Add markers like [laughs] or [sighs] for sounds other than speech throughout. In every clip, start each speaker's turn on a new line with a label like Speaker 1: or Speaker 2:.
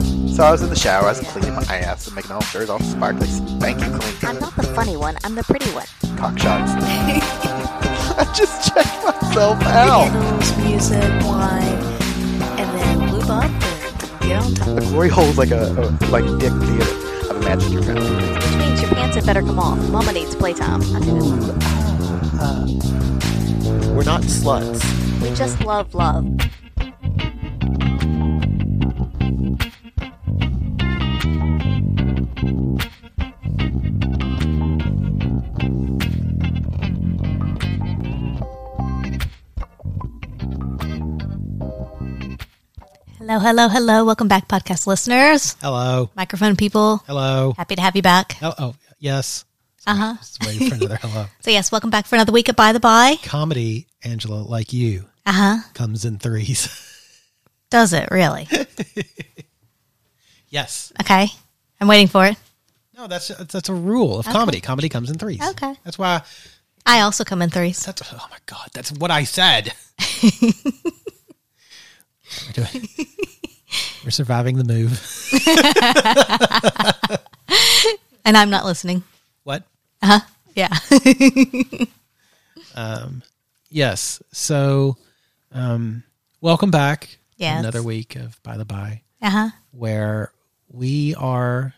Speaker 1: So I was in the shower, I was cleaning my ass and making all shirts all sparkly, spanky clean,
Speaker 2: I'm not the funny one, I'm the pretty one.
Speaker 1: cock shots. [laughs] I just checked myself out.
Speaker 3: Candles, music, wine, and then loop up and get on top.
Speaker 1: The glory hole is like a, a like dick theater. I've imagined your family.
Speaker 2: Which means your pants had better come off. Mama needs playtime. I do this.
Speaker 4: We're not sluts.
Speaker 2: We just love love.
Speaker 3: Hello, hello, hello. Welcome back, podcast listeners,
Speaker 4: Hello.
Speaker 3: microphone people.
Speaker 4: Hello.
Speaker 3: Happy to have you back.
Speaker 4: Hello. Oh, yes.
Speaker 3: Uh huh.
Speaker 4: Just waiting for another
Speaker 3: [laughs]
Speaker 4: hello.
Speaker 3: So, yes, welcome back for another week of By the By.
Speaker 4: Comedy, Angela, like you,
Speaker 3: Uh huh.
Speaker 4: comes in threes. [laughs]
Speaker 3: Does it really?
Speaker 4: yes.
Speaker 3: Okay. I'm waiting for it.
Speaker 4: No, that's that's a rule of comedy. Comedy comes in threes.
Speaker 3: Okay.
Speaker 4: That's why.
Speaker 3: I also come in threes.
Speaker 4: That's oh my god. That's what
Speaker 3: [laughs]
Speaker 4: I said. We're, doing- we're surviving the move.
Speaker 3: And I'm not listening.
Speaker 4: What?
Speaker 3: Yeah. [laughs]
Speaker 4: Yes. So, um, welcome back. to
Speaker 3: Yes.
Speaker 4: Another week of by the by.
Speaker 3: uh huh.
Speaker 4: where we are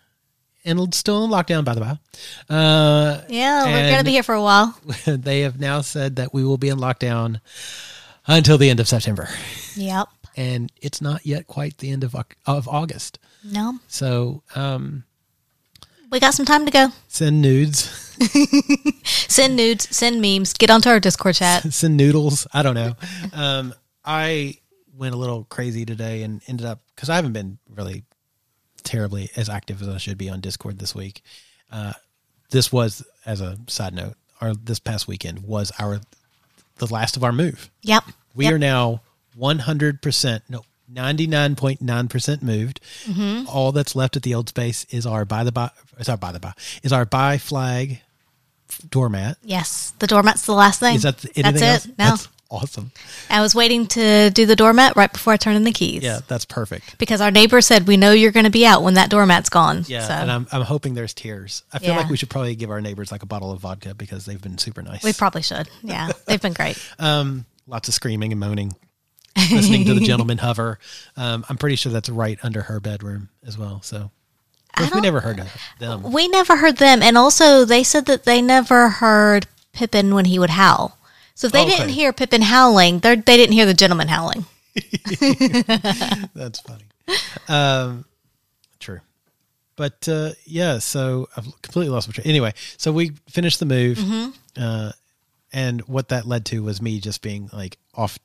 Speaker 4: in, still in lockdown, by the way. Uh, [laughs]
Speaker 3: Yeah, we're
Speaker 4: And-
Speaker 3: going to be here for a
Speaker 4: [laughs]
Speaker 3: while.
Speaker 4: they have now said that we will be in lockdown until the end of September.
Speaker 3: Yep.
Speaker 4: And it's not yet quite the end of, Oc- of August.
Speaker 3: No.
Speaker 4: So um,
Speaker 3: We got some time to go.
Speaker 4: send nudes, [laughs]
Speaker 3: Send nudes, send memes, get onto our Discord
Speaker 4: [laughs]
Speaker 3: chat.
Speaker 4: send noodles. I don't know. Um, I went a little crazy today and ended up, because I haven't been really terribly as active as I should be on Discord this week. Uh, this was as a side note our this past weekend was our the last of our move
Speaker 3: Yep.
Speaker 4: we
Speaker 3: Yep.
Speaker 4: are now 100% no 99.9% moved
Speaker 3: Mm-hmm.
Speaker 4: all that's left at the old space is our by the by is our by the by is our by flag doormat
Speaker 3: Yes. The doormat's the last thing.
Speaker 4: is that anything
Speaker 3: That's it.
Speaker 4: else
Speaker 3: No.
Speaker 4: that's awesome
Speaker 3: I was waiting to do the doormat right before I turned in the keys.
Speaker 4: yeah that's perfect
Speaker 3: Because our neighbor said, We know you're going to be out when that doormat's gone.
Speaker 4: yeah
Speaker 3: So
Speaker 4: and I'm, I'm hoping there's tears i feel
Speaker 3: Yeah.
Speaker 4: like we should probably give our neighbors like a bottle of vodka because they've been super nice
Speaker 3: we probably should.
Speaker 4: [laughs]
Speaker 3: Yeah. They've been great.
Speaker 4: lots of screaming and moaning, listening to
Speaker 3: [laughs]
Speaker 4: the gentleman hover. Um, I'm pretty sure that's right under her bedroom as well. So Of course, we
Speaker 3: don't-
Speaker 4: never heard of them.
Speaker 3: We never heard them. And also, they said that they never heard Pippin when he would howl. So if they
Speaker 4: Oh, Okay.
Speaker 3: didn't hear Pippin howling, they're- they didn't hear the gentleman howling.
Speaker 4: That's funny. Um, true. But uh, yeah, so I've completely lost my train. Anyway, so we finished the move,
Speaker 3: Mm-hmm.
Speaker 4: uh, and what that led to was me just being like off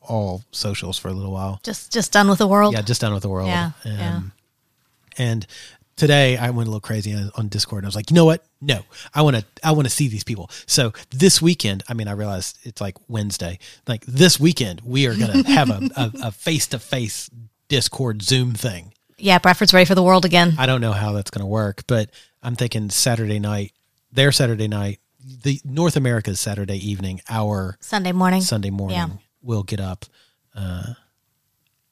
Speaker 4: all socials for a little while.
Speaker 3: Just just done with the world.
Speaker 4: Yeah, just done with the world.
Speaker 3: Yeah,
Speaker 4: Um,
Speaker 3: yeah.
Speaker 4: And today I went a little crazy on, on Discord. And I was like, you know what? No, I want to. I want to see these people. So this weekend, I mean, I realized it's like Wednesday. Like this weekend, we are
Speaker 3: [laughs]
Speaker 4: gonna have a- a face to face Discord Zoom thing.
Speaker 3: Yeah, Bradford's ready for the world again.
Speaker 4: I don't know how that's going to work, but I'm thinking Saturday night, their Saturday night, the North America's Saturday evening, our
Speaker 3: Sunday morning.
Speaker 4: Sunday morning,
Speaker 3: Yeah.
Speaker 4: we'll get up.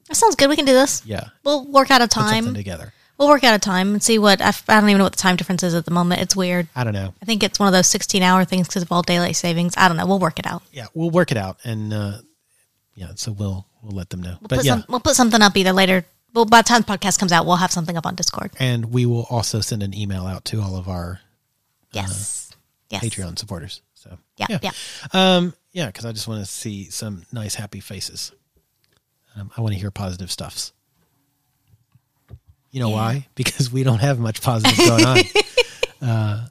Speaker 3: That sounds good. We can do this.
Speaker 4: Yeah.
Speaker 3: We'll work out a
Speaker 4: Put
Speaker 3: time.
Speaker 4: something together.
Speaker 3: We'll work out a time and see what. I, f- I don't even know what the time difference is at the moment. It's weird.
Speaker 4: I don't know.
Speaker 3: I think it's one of those 16 hour things because of all daylight savings. I don't know. We'll work it out.
Speaker 4: yeah, we'll work it out, and uh, yeah, so we'll we'll let them know.
Speaker 3: Put
Speaker 4: but yeah,
Speaker 3: some, we'll put something up either later. Well, by the time the podcast comes out, we'll have something up on Discord.
Speaker 4: and we will also send an email out to all of our
Speaker 3: Yes. yes.
Speaker 4: Patreon supporters. So
Speaker 3: Yeah. Yeah.
Speaker 4: um, yeah, because I just want to see some nice happy faces. Um, I want to hear positive stuffs. You
Speaker 3: [laughs]
Speaker 4: know [laughs] why? Because we don't have much positive going on. Uh,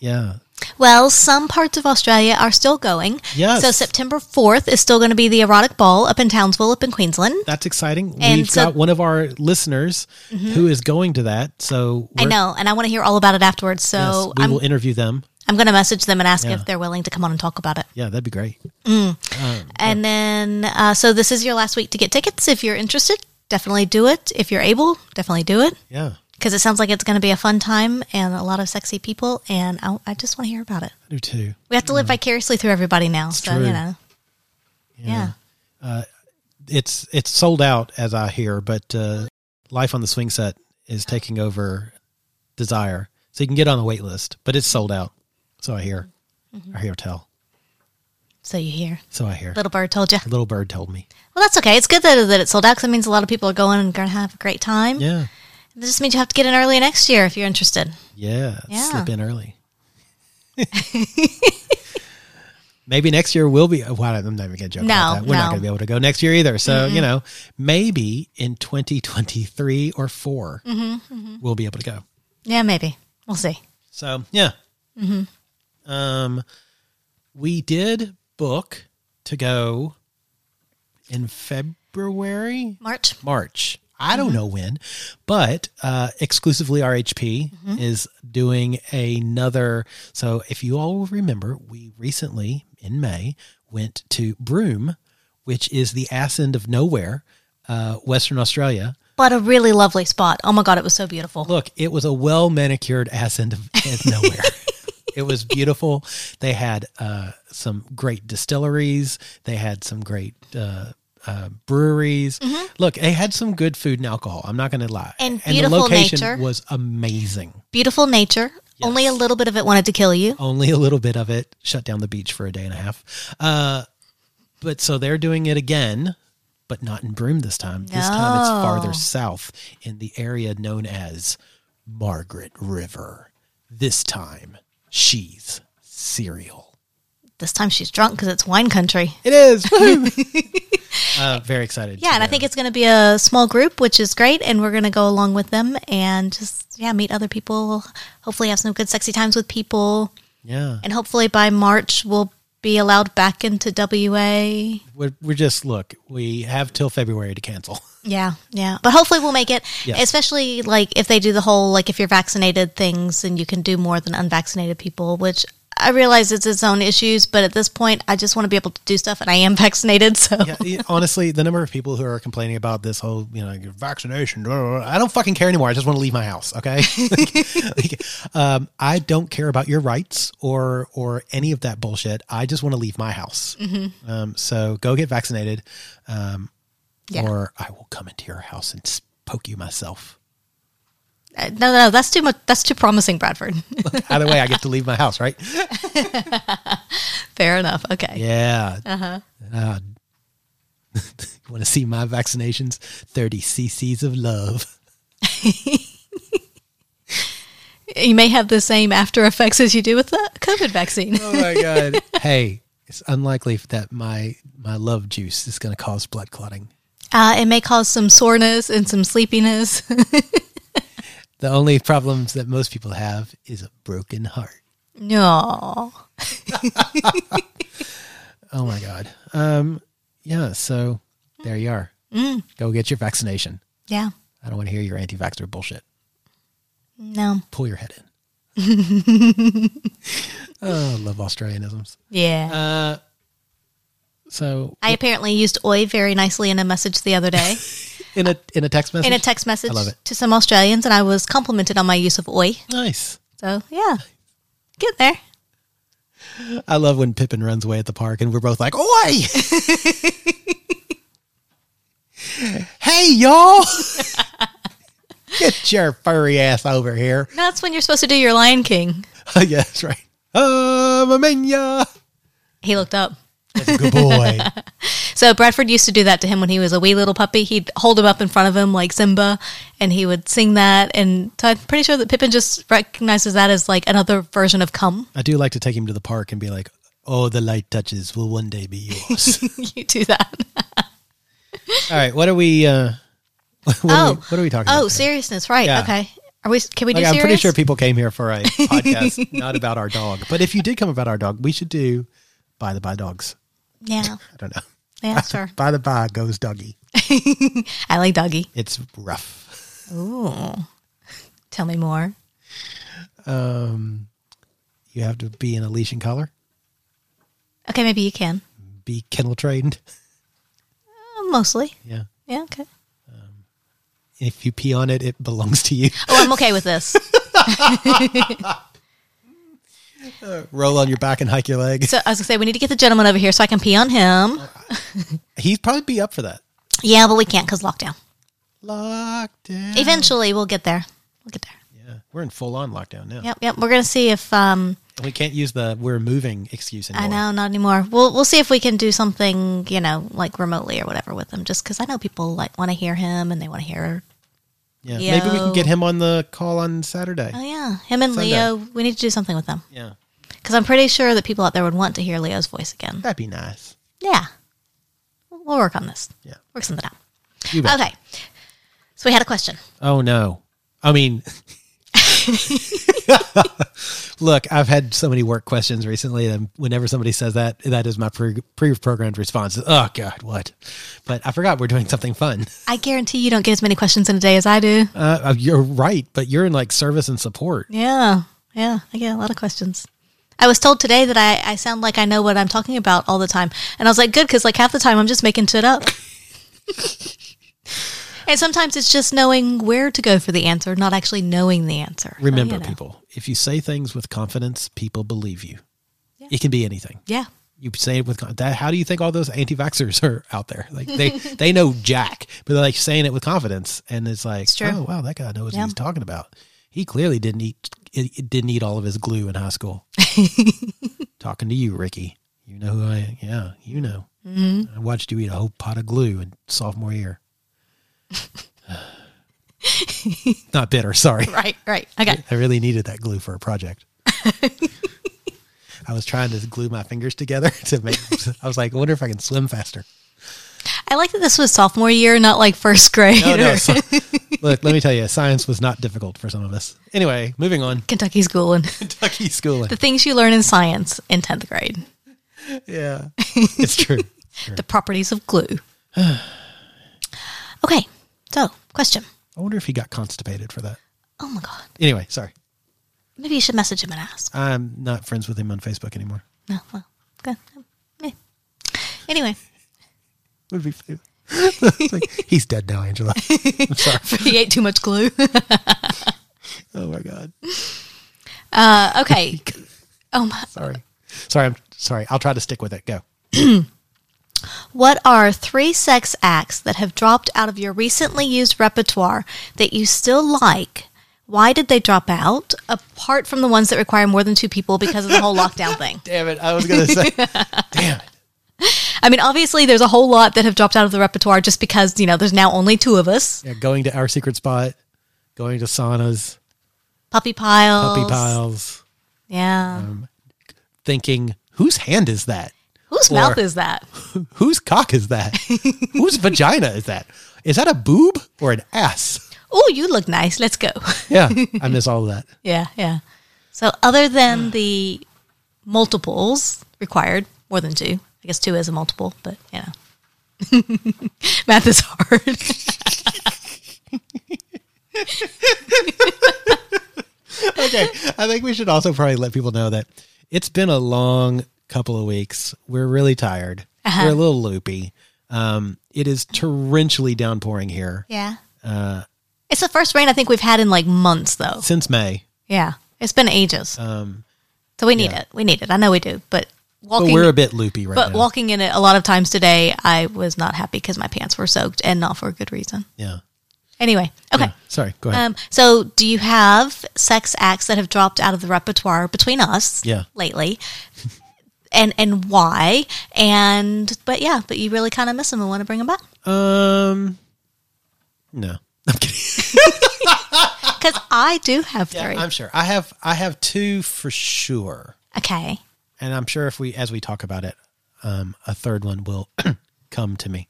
Speaker 4: yeah,
Speaker 3: Well, some parts of Australia are still going.
Speaker 4: Yes.
Speaker 3: So September 4th is still going to be the Erotic Ball up in Townsville, up in Queensland.
Speaker 4: That's exciting.
Speaker 3: And
Speaker 4: We've
Speaker 3: so- Mm-hmm.
Speaker 4: got one of our listeners who is going to that. So
Speaker 3: I
Speaker 4: we're-
Speaker 3: know, and I want to hear all about it afterwards.
Speaker 4: yes,
Speaker 3: So
Speaker 4: we
Speaker 3: I'm,
Speaker 4: will interview them.
Speaker 3: I'm going to message them and ask
Speaker 4: Yeah.
Speaker 3: if they're willing to come on and talk about it.
Speaker 4: Yeah, that'd be great.
Speaker 3: And then, uh, so this is your last week to get tickets. If you're interested, definitely do it. If you're able, definitely do it
Speaker 4: Yeah,
Speaker 3: because it sounds like it's going to be a fun time and a lot of sexy people. And I, I just want to hear about it.
Speaker 4: I do too.
Speaker 3: We have to live vicariously through everybody now. so,
Speaker 4: Mm-hmm. true.
Speaker 3: you know, yeah.
Speaker 4: Uh, It's it's sold out as I hear, but uh, Life on the Swing Set is taking over Desire, so you can get on the wait list, but it's sold out. So I hear,
Speaker 3: Mm-hmm.
Speaker 4: I hear tell.
Speaker 3: So you hear.
Speaker 4: So I hear.
Speaker 3: Little bird told you.
Speaker 4: Little bird told
Speaker 3: [laughs]
Speaker 4: me.
Speaker 3: Well, that's okay. It's good that, that it's sold out because it means a lot of people are going and going to have a great time.
Speaker 4: Yeah,
Speaker 3: It just means you have to get in early next year if you're interested.
Speaker 4: yeah.
Speaker 3: Yeah.
Speaker 4: Slip
Speaker 3: [laughs]
Speaker 4: in early. maybe next year will be. Well, I'm not even going to joke about
Speaker 3: No,
Speaker 4: that. We're not
Speaker 3: no.
Speaker 4: going to be able to go next year either. So you know, maybe in 2023 or 4
Speaker 3: Mm-hmm,
Speaker 4: we'll be able to go.
Speaker 3: Yeah, maybe. We'll see.
Speaker 4: So yeah. Um, we did book to go in February,
Speaker 3: March.
Speaker 4: March. I don't know when, but uh, exclusively RHP is doing another. So if you all will remember, we recently in May went to Broome, which is the ass end of nowhere, uh, Western Australia.
Speaker 3: But a really lovely spot. Oh my God, it was so beautiful.
Speaker 4: Look, it was a well manicured ass end of, end
Speaker 3: [laughs]
Speaker 4: nowhere. it was beautiful. They had uh, some great distilleries. They had some great uh, uh, breweries. Look, they had some good food and alcohol. I'm not going to lie.
Speaker 3: Mm-hmm. And beautiful
Speaker 4: the location
Speaker 3: nature.
Speaker 4: was amazing.
Speaker 3: Beautiful nature. Only a little bit of it wanted to kill you.
Speaker 4: Only a little bit of it shut down the beach for a day and a half. Uh, but so they're doing it again, but not in Broome this time. This time it's
Speaker 3: No.
Speaker 4: farther south in the area known as Margaret River. This time she's cereal.
Speaker 3: This time she's drunk because it's wine country. [laughs]
Speaker 4: It is. Woohoo! uh, very excited.
Speaker 3: Yeah,
Speaker 4: to
Speaker 3: and I
Speaker 4: go.
Speaker 3: think it's going to be a small group, which is great. And we're going to go along with them and just, yeah, meet other people. Hopefully, have some good, sexy times with people.
Speaker 4: yeah.
Speaker 3: And hopefully, by March, we'll be allowed back into WA.
Speaker 4: We're, we're just look. We have till February to cancel. [laughs]
Speaker 3: Yeah, yeah. But hopefully we'll make it.
Speaker 4: Yeah.
Speaker 3: Especially like if they do the whole like if you're vaccinated things and you can do more than unvaccinated people, which I realize it's its own issues, but at this point I just want to be able to do stuff and I am [laughs] vaccinated, so
Speaker 4: Yeah, yeah, honestly, the number of people who are complaining about this whole, you know, vaccination, blah, blah, blah, I don't fucking care anymore. I just want to leave my house. Okay. [laughs] Like, um, I don't care about your rights or, or any of that bullshit. I just want to leave my house. Um, so go get vaccinated. Um,
Speaker 3: Yeah.
Speaker 4: or I will come into your house and s- poke you myself.
Speaker 3: Uh, no, no, that's too much that's too promising, Bradford. [laughs]
Speaker 4: Either way, I get to leave my house, right?
Speaker 3: Fair enough. Okay.
Speaker 4: Yeah. Uh-huh. [laughs] you want to see my vaccinations? 30 cc's of love.
Speaker 3: You may have the same after effects as you do with the COVID vaccine.
Speaker 4: Oh my god. [laughs] hey, it's unlikely that my my love juice is going to cause blood clotting.
Speaker 3: Uh, it may cause some soreness and some sleepiness. [laughs]
Speaker 4: The only problems that most people have is a broken heart.
Speaker 3: no.
Speaker 4: Oh my god. Um yeah, so there you are.
Speaker 3: Mm.
Speaker 4: Go get your vaccination.
Speaker 3: Yeah.
Speaker 4: I don't want to hear your anti-vaxxer bullshit.
Speaker 3: No.
Speaker 4: Pull your head in.
Speaker 3: [laughs]
Speaker 4: oh, love Australianisms.
Speaker 3: Yeah.
Speaker 4: So
Speaker 3: I apparently used oi very nicely in a message the other day
Speaker 4: in a in a text message.
Speaker 3: in a text message
Speaker 4: I love it.
Speaker 3: to some Australians, and I was complimented on my use of oi.
Speaker 4: Nice.
Speaker 3: So yeah, get there.
Speaker 4: I love when Pippin runs away at the park and we're both like, Oi! hey, y'all! [laughs] Get your furry ass over here. [laughs]
Speaker 3: That's when you're supposed to do your Lion King.
Speaker 4: Oh, yeah, that's right. Oh, Mamenya!
Speaker 3: He looked up.
Speaker 4: That's a good boy.
Speaker 3: So Bradford used to do that to him when he was a wee little puppy. He'd hold him up in front of him like Simba, and he would sing that. And so I'm pretty sure that Pippin just recognizes that as like another version of "come."
Speaker 4: [laughs] I do like to take him to the park and be like, Oh, the light touches will one day be [laughs] yours.
Speaker 3: [laughs] you do that.
Speaker 4: All right, what are we, uh, what, are we what are we talking
Speaker 3: oh,
Speaker 4: about? today?
Speaker 3: seriousness, right?
Speaker 4: Yeah.
Speaker 3: Okay. Are we? Can we do
Speaker 4: Like, I'm
Speaker 3: serious?
Speaker 4: pretty sure people came here for a podcast not about our dog. But if you did come about our dog, we should do by the by dogs.
Speaker 3: yeah.
Speaker 4: I don't know.
Speaker 3: Yeah.
Speaker 4: [laughs]
Speaker 3: Sure.
Speaker 4: By the by goes doggy.
Speaker 3: I like doggy.
Speaker 4: It's rough.
Speaker 3: Ooh. Tell me more.
Speaker 4: Um, you have to be in a leash and collar,
Speaker 3: Okay, maybe you can.
Speaker 4: be kennel trained.
Speaker 3: Uh, mostly.
Speaker 4: Yeah.
Speaker 3: Yeah. Okay.
Speaker 4: If you pee on it, it belongs to you. [laughs]
Speaker 3: Oh, I'm okay with this.
Speaker 4: Roll on your back and hike your leg.
Speaker 3: So I was gonna say we need to get the gentleman over here so I can pee on him.
Speaker 4: He'd probably be up for that.
Speaker 3: Yeah, but we can't because lockdown.
Speaker 4: Lockdown.
Speaker 3: Eventually, we'll get there. We'll get there.
Speaker 4: yeah, we're in full on lockdown now.
Speaker 3: Yep, yep. We're gonna see if um,
Speaker 4: And we can't use the we're moving excuse anymore.
Speaker 3: I know not anymore. We'll we'll see if we can do something, you know, like remotely or whatever with him. Just because I know people like want to hear him and they want to hear.
Speaker 4: Yeah. Maybe we
Speaker 3: Yo.
Speaker 4: can get him on the call on Saturday.
Speaker 3: Oh yeah, him and
Speaker 4: Sunday.
Speaker 3: Leo. We need to do something with them
Speaker 4: Yeah.
Speaker 3: because I'm pretty sure that people out there would want to hear Leo's voice again.
Speaker 4: That'd be nice.
Speaker 3: Yeah, we'll we'll work on this.
Speaker 4: Yeah.
Speaker 3: Work something out.
Speaker 4: You bet.
Speaker 3: Okay. So we had a question.
Speaker 4: Oh no. I mean [laughs] Look, I've had so many work questions recently and whenever somebody says that, that is my pre- pre-programmed response. Oh god, what? But I forgot we're doing something fun.
Speaker 3: I guarantee you don't get as many questions in a day as I do.
Speaker 4: Uh, you're right, but you're in like service and support.
Speaker 3: Yeah, yeah, I get a lot of questions. I was told today that I, I sound like I know what I'm talking about all the time, and I was like, good, because like half the time I'm just making shit
Speaker 4: [laughs]
Speaker 3: up. and sometimes it's just knowing where to go for the answer, not actually knowing the answer. So,
Speaker 4: Remember
Speaker 3: you know.
Speaker 4: people, if you say things with confidence, people believe you.
Speaker 3: Yeah.
Speaker 4: It can be anything.
Speaker 3: Yeah,
Speaker 4: you say it with con- that. How do you think all those anti-vaxxers [laughs] are out there? Like they they know jack, but they're like saying it with confidence, and it's like,
Speaker 3: It's true.
Speaker 4: oh wow, that guy knows what
Speaker 3: Yeah.
Speaker 4: he's talking about. He clearly didn't eat it- it didn't eat all of his glue in
Speaker 3: [laughs]
Speaker 4: high school. Talking to you, Ricky. You know who I am. Yeah, you know.
Speaker 3: Mm-hmm.
Speaker 4: I watched you eat a whole pot of glue in
Speaker 3: [laughs]
Speaker 4: sophomore year. Not bitter. Sorry.
Speaker 3: right, right. Okay.
Speaker 4: [laughs] I really needed that glue for a project. I was trying to glue my fingers together [laughs] to make. I was like, I wonder if I can swim [laughs] faster.
Speaker 3: I like that this was sophomore year, not like first [laughs] grade.
Speaker 4: No,
Speaker 3: or
Speaker 4: no. so- look, let me tell you, science was not difficult for some of us. Anyway, moving on.
Speaker 3: Kentucky school and
Speaker 4: [laughs] Kentucky schooling.
Speaker 3: the things you learn in science in 10th grade,
Speaker 4: Yeah, it's true.
Speaker 3: the properties of
Speaker 4: [sighs]
Speaker 3: glue. okay, so question.
Speaker 4: I wonder if he got constipated for that.
Speaker 3: Oh my God.
Speaker 4: Anyway, sorry.
Speaker 3: Maybe you should message him and ask.
Speaker 4: I'm not friends with him on Facebook anymore.
Speaker 3: No, well, good. Eh. Anyway, [laughs]
Speaker 4: Would be. [laughs] It's like, he's dead now, [laughs] Angela. I'm sorry.
Speaker 3: he ate too much glue.
Speaker 4: Oh my god.
Speaker 3: [laughs] Uh, okay. [laughs] Oh my.
Speaker 4: Sorry. Sorry. I'm sorry. I'll try to stick with it. Go.
Speaker 3: What are three sex acts that have dropped out of your recently used repertoire that you still like? Why did they drop out? Apart from the ones that require more than two people because of the whole lockdown [laughs] thing.
Speaker 4: Damn it! I was gonna [laughs] say. Damn it.
Speaker 3: I mean, obviously, there's a whole lot that have dropped out of the repertoire just because you know there's now only two of us.
Speaker 4: Yeah, going to our secret spot, going to saunas,
Speaker 3: Puppy piles.
Speaker 4: puppy piles, Um,
Speaker 3: Yeah.
Speaker 4: thinking whose hand is that?
Speaker 3: Whose
Speaker 4: or-
Speaker 3: mouth is that?
Speaker 4: Whose cock is [laughs] that? whose vagina is that? Is that a boob or an ass?
Speaker 3: Oh, you look nice. Let's go. [laughs]
Speaker 4: Yeah, I miss all of that.
Speaker 3: Yeah, yeah. So other than the multiples required, more than two. I guess two is a multiple, but you know. [laughs] Math is hard.
Speaker 4: [laughs] Okay, I think we should also probably let people know that it's been a long couple of weeks. We're really tired. We're a little loopy. Um, it is torrentially downpouring here
Speaker 3: yeah. Uh, it's the first rain I think we've had in like months though.
Speaker 4: since May.
Speaker 3: Yeah. It's been ages. Um, so we need
Speaker 4: yeah.
Speaker 3: it. We need it. I know we do. But
Speaker 4: But
Speaker 3: walking
Speaker 4: we're a bit loopy right
Speaker 3: but
Speaker 4: now.
Speaker 3: walking in it a lot of times today, I was not happy because my pants were soaked and not for a good reason.
Speaker 4: yeah.
Speaker 3: Anyway, okay.
Speaker 4: Yeah. Sorry. Go ahead.
Speaker 3: Um, so, do you have sex acts that have dropped out of the repertoire between us
Speaker 4: Yeah.
Speaker 3: lately? [laughs] and and why? And but yeah, but you really kind of miss them and want to bring them back
Speaker 4: Um, no, [laughs] I'm kidding.
Speaker 3: because I do have three.
Speaker 4: I'm sure I have I have two for sure,
Speaker 3: okay,
Speaker 4: and I'm sure if we as we talk about it, um, a third one will [clears throat] come to me.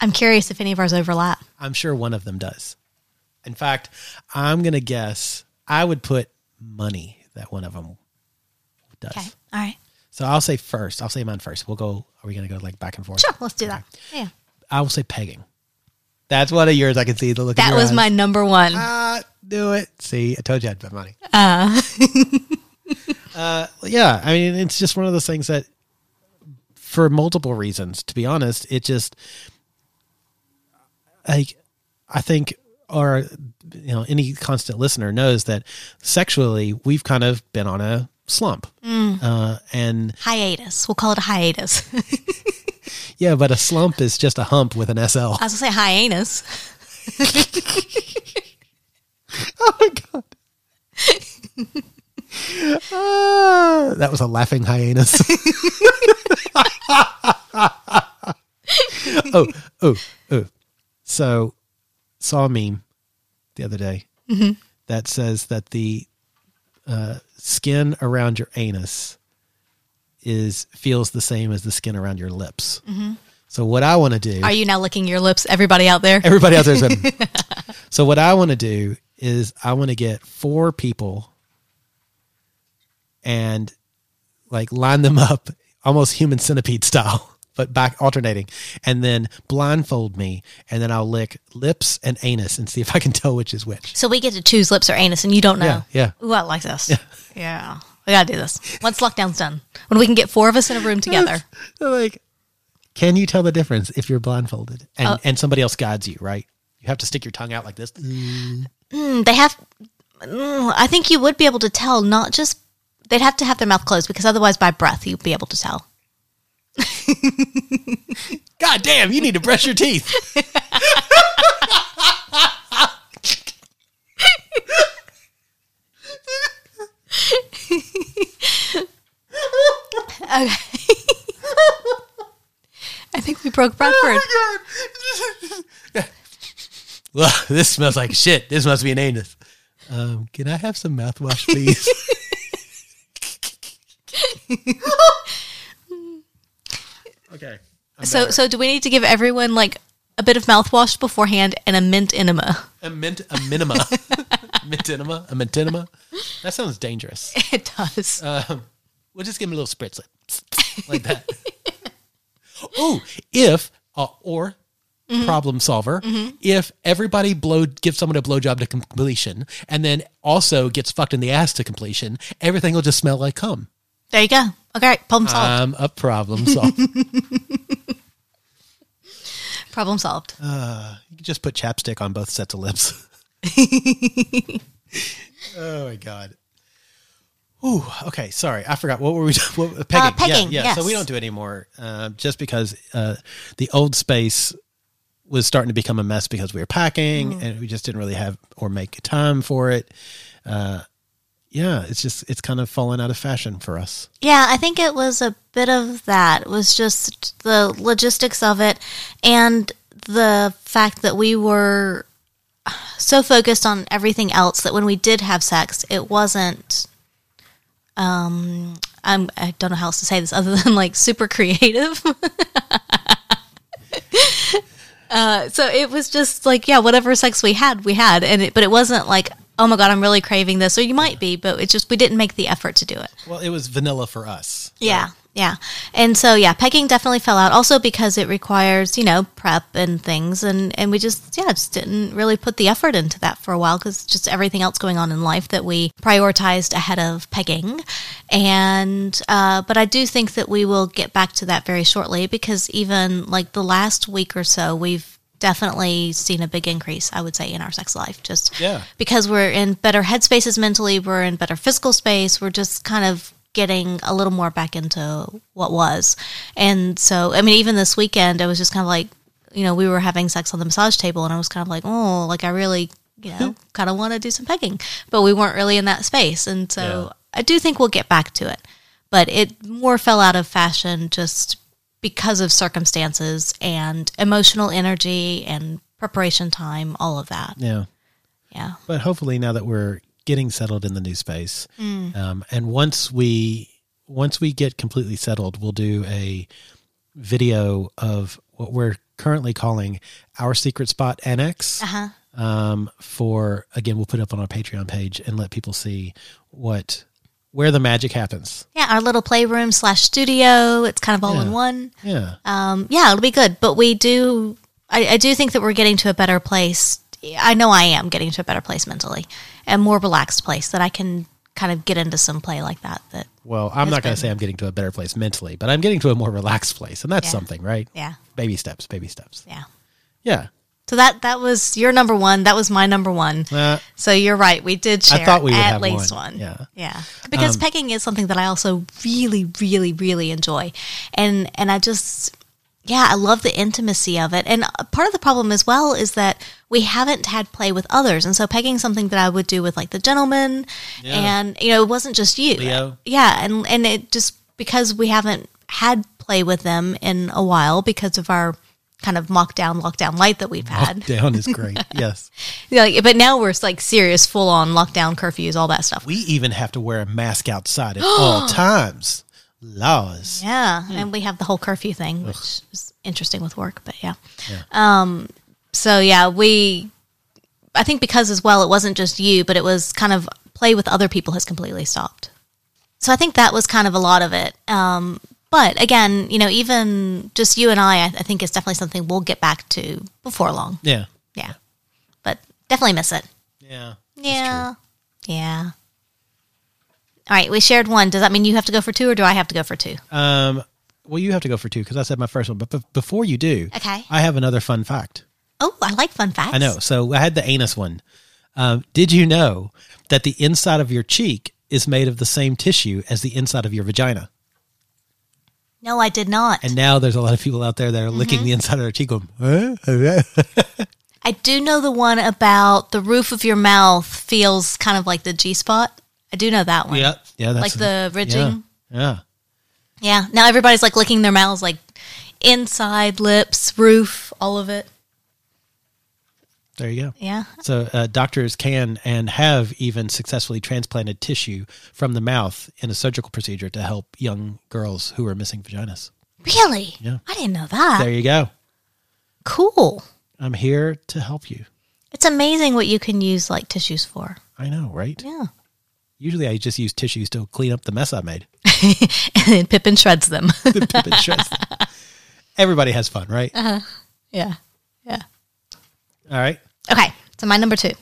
Speaker 3: I'm curious if any of ours overlap.
Speaker 4: I'm sure one of them does. In fact, I'm gonna guess. I would put money that one of them does.
Speaker 3: Okay. All right.
Speaker 4: So I'll say first. I'll say mine first. We'll go. Are we gonna go like back and forth?
Speaker 3: Sure. Let's do that. Yeah.
Speaker 4: I will say pegging. That's one of yours. I can see the look. in
Speaker 3: That
Speaker 4: your
Speaker 3: was
Speaker 4: eyes.
Speaker 3: my number one.
Speaker 4: Ah, do it. See, I told you I'd bet money. Uh. [laughs] yeah, I mean, it's just one of those things that, for multiple reasons, to be honest, it just, like, I think our, you know, any constant listener knows that sexually we've kind of been on a slump, uh, and
Speaker 3: hiatus. We'll call it a hiatus. [laughs] I
Speaker 4: yeah, but a slump is just a hump with an SL.
Speaker 3: was gonna say hiatus.
Speaker 4: Ah, that was a laughing hyenas. [laughs] oh, oh, oh. So, saw a meme the other day that says that the uh, skin around your anus is feels the same as the skin around your lips. So, what I want to do
Speaker 3: Are you now licking your lips, everybody out there?
Speaker 4: Everybody out there's a. so what I want to do is I want to get four people and like line them up almost human centipede style, [laughs] but back alternating, and then blindfold me, and then I'll lick lips and anus and see if I can tell which is which.
Speaker 3: So we get to choose lips or anus, and you don't know.
Speaker 4: Yeah,
Speaker 3: Ooh, I like this. Yeah. We gotta do this once lockdown's done. When we can get four of us in a room together.
Speaker 4: They're like, can you tell the difference if you're blindfolded and and somebody else guides you? Right, you have to stick your tongue out like this.
Speaker 3: Mm, They have. mm, I think you would be able to tell, not just. They'd have to have their mouth closed because otherwise, by breath, you'd be able to tell.
Speaker 4: God damn, you need to brush your teeth.
Speaker 3: [laughs] I think we broke Bradford.
Speaker 4: Well, [laughs] this smells like shit. This must be an anus. Um, can I have some mouthwash, please? okay.
Speaker 3: so, so do we need to give everyone like a bit of mouthwash beforehand and a mint enema?
Speaker 4: A mint, a minima, mint enema, a mint enema. That sounds dangerous.
Speaker 3: [laughs] It does.
Speaker 4: We'll just give him a little spritz like, [laughs] like that. oh, if uh, or problem solver, if everybody blow gives someone a blowjob to completion, and then also gets fucked in the ass to completion, everything will just smell like cum.
Speaker 3: there you go. Okay, problem solved.
Speaker 4: I'm a problem solver. you
Speaker 3: problem solved.
Speaker 4: can just put chapstick on both sets of lips. [laughs] oh my god. Ooh, okay. Sorry, I forgot. What were we? [laughs] What, pegging.
Speaker 3: Uh, pegging,
Speaker 4: yeah, yeah. So
Speaker 3: yes.
Speaker 4: we don't do it anymore, uh, just because uh, the old space was starting to become a mess because we were packing
Speaker 3: Mm-hmm.
Speaker 4: and we just didn't really have or make time for it. Uh, yeah, it's just it's kind of fallen out of fashion for us.
Speaker 3: Yeah, I think it was a bit of that. It was just the logistics of it and the fact that we were so focused on everything else that when we did have sex, it wasn't um I'm I don't know how else to say this other than [laughs] like super creative. [laughs] Uh, so it was just like yeah whatever sex we had we had and it, but it wasn't like oh my god i'm really craving this or you might be but it's just we didn't make the effort to do it
Speaker 4: Well, it was vanilla for us.
Speaker 3: yeah, yeah. And so yeah, pegging definitely fell out also because it requires, you know, prep and things and and we just yeah, just didn't really put the effort into that for a while cuz just everything else going on in life that we prioritized ahead of pegging. And uh but I do think that we will get back to that very shortly because even like the last week or so we've definitely seen a big increase i would say in our sex life just
Speaker 4: Yeah.
Speaker 3: because we're in better headspaces mentally we're in better physical space we're just kind of getting a little more back into what was and so i mean even this weekend i was just kind of like you know we were having sex on the massage table and i was kind of like oh like i really you know kind of want to do some pegging but we weren't really in that space and so
Speaker 4: Yeah.
Speaker 3: i do think we'll get back to it but it more fell out of fashion just because of circumstances and emotional energy and preparation time, all of that.
Speaker 4: Yeah.
Speaker 3: Yeah.
Speaker 4: But hopefully, now that we're getting settled in the new space,
Speaker 3: Mm.
Speaker 4: um, and once we once we get completely settled, we'll do a video of what we're currently calling our secret spot annex.
Speaker 3: Uh-huh.
Speaker 4: um, for again we'll put it up on our patreon page and let people see what where the magic happens
Speaker 3: Yeah, our little playroom slash studio. It's kind of all
Speaker 4: Yeah.
Speaker 3: in one.
Speaker 4: yeah
Speaker 3: Um, yeah, it'll be good. But we do, I, I do think that we're getting to a better place. I know I am getting to a better place mentally, a more relaxed place that I can kind of get into some play like that. That
Speaker 4: well i'm
Speaker 3: It's
Speaker 4: not going
Speaker 3: been-
Speaker 4: to say i'm getting to a better place mentally but i'm getting to a more relaxed place and that's
Speaker 3: Yeah.
Speaker 4: something right
Speaker 3: yeah,
Speaker 4: baby steps baby steps
Speaker 3: yeah.
Speaker 4: yeah
Speaker 3: So that that was your number one. That was my number one.
Speaker 4: Uh,
Speaker 3: So you're right. We did share
Speaker 4: thought we would
Speaker 3: at
Speaker 4: have
Speaker 3: least
Speaker 4: one.
Speaker 3: one.
Speaker 4: Yeah. Um,
Speaker 3: Yeah. Because pegging is something that I also really, really, really enjoy. And and I just yeah, I love the intimacy of it. And uh, part of the problem as well is that we haven't had play with others. And so pegging is something that I would do with like the gentleman and you know, it wasn't just you.
Speaker 4: Leo.
Speaker 3: Yeah, and and it just because we haven't had play with them in a while because of our kind of mock down lockdown light that we've had.
Speaker 4: down is
Speaker 3: [laughs]
Speaker 4: great yes
Speaker 3: Yeah, like, but now we're like serious, full on lockdown curfews, all that stuff.
Speaker 4: we even have to wear a mask outside at
Speaker 3: [gasps]
Speaker 4: all times laws
Speaker 3: yeah, and we have the whole curfew thing, which is interesting with work, but yeah. Um, so yeah, we, I think because as well, it wasn't just you, but it was kind of play with other people has completely stopped. So I think that was kind of a lot of it. Um, but again, you know, even just you and I, I, I think it's definitely something we'll get back to before long.
Speaker 4: yeah
Speaker 3: Yeah, but definitely miss it.
Speaker 4: yeah
Speaker 3: Yeah. Yeah. All right, we shared one. Does that mean you have to go for two or do I have to go for two?
Speaker 4: um well you have to go for two because i said my first one but bef- before you do
Speaker 3: Okay.
Speaker 4: i have another fun fact
Speaker 3: oh, I like fun facts.
Speaker 4: I know. So I had the anus one. Um, did you know that the inside of your cheek is made of the same tissue as the inside of your vagina?
Speaker 3: No, I did not.
Speaker 4: And now there's a lot of people out there that are licking
Speaker 3: Mm-hmm.
Speaker 4: the inside of their cheek going, "Huh? [laughs]
Speaker 3: I do know the one about the roof of your mouth feels kind of like the G spot. I do know that one.
Speaker 4: yeah, yeah, that's
Speaker 3: Like the ridging.
Speaker 4: Yeah, yeah.
Speaker 3: Yeah. Now everybody's like licking their mouths, like inside, lips, roof, all of it.
Speaker 4: there you go.
Speaker 3: Yeah.
Speaker 4: So uh, doctors can and have even successfully transplanted tissue from the mouth in a surgical procedure to help young girls who are missing vaginas.
Speaker 3: Really?
Speaker 4: Yeah.
Speaker 3: I didn't know that.
Speaker 4: There you go.
Speaker 3: Cool.
Speaker 4: I'm here to help you.
Speaker 3: It's amazing what you can use like tissues for.
Speaker 4: I know, right?
Speaker 3: Yeah. [laughs]
Speaker 4: Usually I just use tissues to clean up the mess I made. [laughs]
Speaker 3: and Pippin shreds them. [laughs]
Speaker 4: the Pippin shreds. Everybody has fun, right?
Speaker 3: Uh-huh. yeah. Yeah.
Speaker 4: All right.
Speaker 3: Okay, so my number two.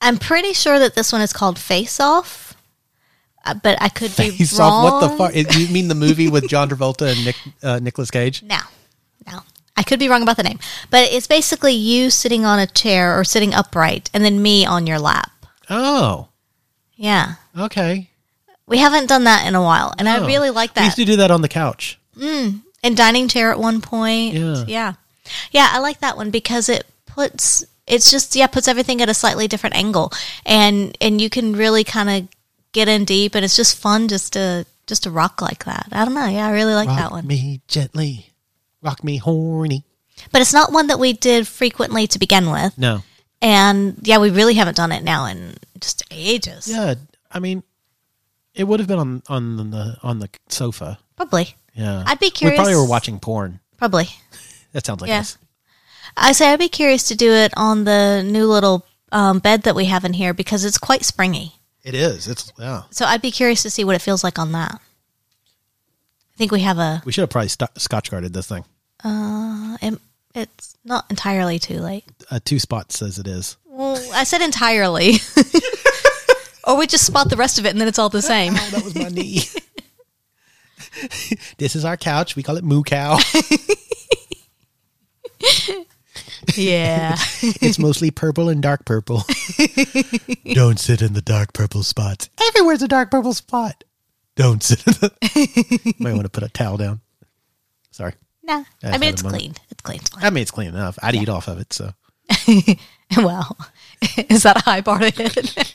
Speaker 3: I'm pretty sure that this one is called Face Off, uh, but I could be
Speaker 4: Face
Speaker 3: wrong.
Speaker 4: off. What the fuck? You mean the movie with John Travolta and Nick uh, Nicolas Cage?
Speaker 3: No, no, I could be wrong about the name, but it's basically you sitting on a chair or sitting upright, and then me on your lap.
Speaker 4: Oh,
Speaker 3: Yeah,
Speaker 4: okay.
Speaker 3: we haven't done that in a while, and I
Speaker 4: Oh.
Speaker 3: really like
Speaker 4: We
Speaker 3: that.
Speaker 4: used to do that on the couch.
Speaker 3: and dining chair at one point.
Speaker 4: Yeah.
Speaker 3: yeah, Yeah, I like that one because it puts it's just yeah puts everything at a slightly different angle, and and you can really kind of get in deep, and it's just fun just to just to rock like that. I don't know. Yeah, I really like
Speaker 4: Rock
Speaker 3: that one,
Speaker 4: me gently, rock me horny.
Speaker 3: but it's not one that we did frequently to begin with,
Speaker 4: No.
Speaker 3: and yeah, we really haven't done it now in just ages.
Speaker 4: Yeah. I mean, it would have been on on the on the sofa.
Speaker 3: Probably,
Speaker 4: Yeah.
Speaker 3: I'd be
Speaker 4: We probably
Speaker 3: curious-
Speaker 4: were watching porn.
Speaker 3: probably.
Speaker 4: That sounds like
Speaker 3: Yeah.
Speaker 4: us.
Speaker 3: I say I'd be curious to do it on the new little um, bed that we have in here because it's quite springy.
Speaker 4: It is. It's yeah.
Speaker 3: So I'd be curious to see what it feels like on that. I think we have a.
Speaker 4: We should have probably st- scotch guarded this thing.
Speaker 3: it- It's not entirely too late.
Speaker 4: Uh, two spots says it is.
Speaker 3: Well, I said entirely. [laughs] or we just spot the rest of it and then it's all the same.
Speaker 4: that was
Speaker 3: [laughs]
Speaker 4: my knee. this is our couch. We call it Moo Cow.
Speaker 3: Yeah. [laughs]
Speaker 4: It's mostly purple and dark purple. Don't sit in the dark purple spots. Everywhere's a dark purple spot. Don't sit in the.
Speaker 3: [laughs]
Speaker 4: Might want to put a towel down. Sorry.
Speaker 3: No. I
Speaker 4: had
Speaker 3: mean,
Speaker 4: a
Speaker 3: it's
Speaker 4: moment.
Speaker 3: clean. It's clean. It's fine. [laughs]
Speaker 4: I mean, it's clean enough. I'd eat off of it. So
Speaker 3: Well, [laughs] is that a high bar to hit?
Speaker 4: [laughs]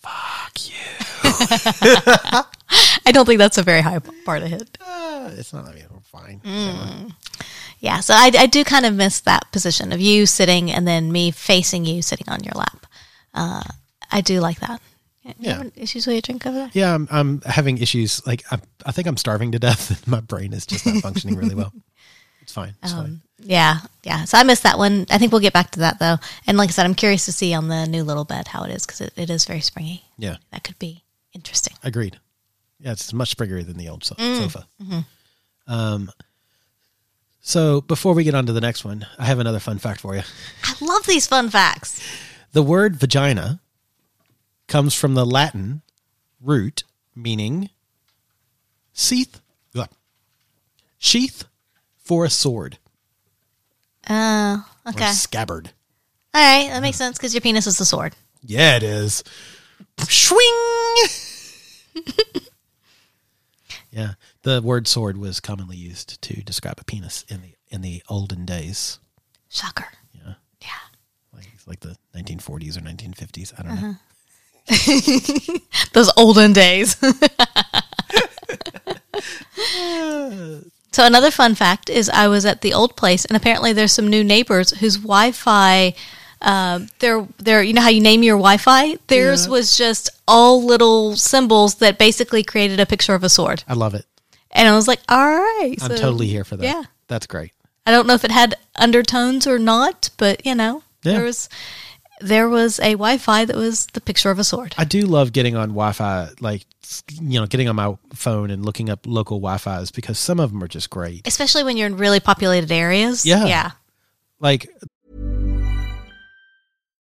Speaker 4: fuck you.
Speaker 3: [laughs] I don't think that's a very high bar to hit.
Speaker 4: it's not. I mean, we're fine.
Speaker 3: Yeah. So I, I do kind of miss that position of you sitting and then me facing you sitting on your lap. Uh, I do like that.
Speaker 4: Yeah.
Speaker 3: Is usually a drink over there?
Speaker 4: Yeah, I'm, [laughs] I'm having issues. Like, I'm, I think I'm starving to death. My brain is just not functioning really well. It's fine. It's
Speaker 3: Um.
Speaker 4: fine.
Speaker 3: Yeah, yeah. So I missed that one. I think we'll get back to that though. And like I said, I'm curious to see on the new little bed how it is because it, it is very springy.
Speaker 4: Yeah.
Speaker 3: That could be interesting.
Speaker 4: Agreed. Yeah, it's much bigger than the old so- sofa. Um, so before we get on to the next one, I have another fun fact for you.
Speaker 3: I love these fun facts.
Speaker 4: The word vagina comes from the Latin root meaning sheath, ugh, sheath for a sword
Speaker 3: Uh,
Speaker 4: or
Speaker 3: okay.
Speaker 4: scabbard.
Speaker 3: All right, that makes sense because your penis is the sword.
Speaker 4: Yeah, it is.
Speaker 3: [laughs]
Speaker 4: Swing. yeah, the word sword was commonly used to describe a penis in the in the olden days,
Speaker 3: Shocker.
Speaker 4: Yeah.
Speaker 3: Yeah.
Speaker 4: like like the 1940s or 1950s. I don't know.
Speaker 3: Uh-huh. Those olden days. [laughs] so another fun fact is I was at the old place and apparently there's some new neighbors whose Wi-Fi um, their their you know how you name your Wi-Fi? Theirs was just all little symbols that basically created a picture of a sword.
Speaker 4: I love it.
Speaker 3: And I was like, "All right."
Speaker 4: I'm
Speaker 3: so-
Speaker 4: totally here for that.
Speaker 3: yeah.
Speaker 4: that's great.
Speaker 3: I don't know if it had undertones or not, but you know,
Speaker 4: Yeah.
Speaker 3: there was there was a Wi-Fi that was the picture of a sword.
Speaker 4: I do love getting on Wi-Fi, like you know, getting on my phone and looking up local Wi-Fi's because some of them are just great.
Speaker 3: especially when you're in really populated areas.
Speaker 4: Yeah.
Speaker 3: Yeah.
Speaker 4: Like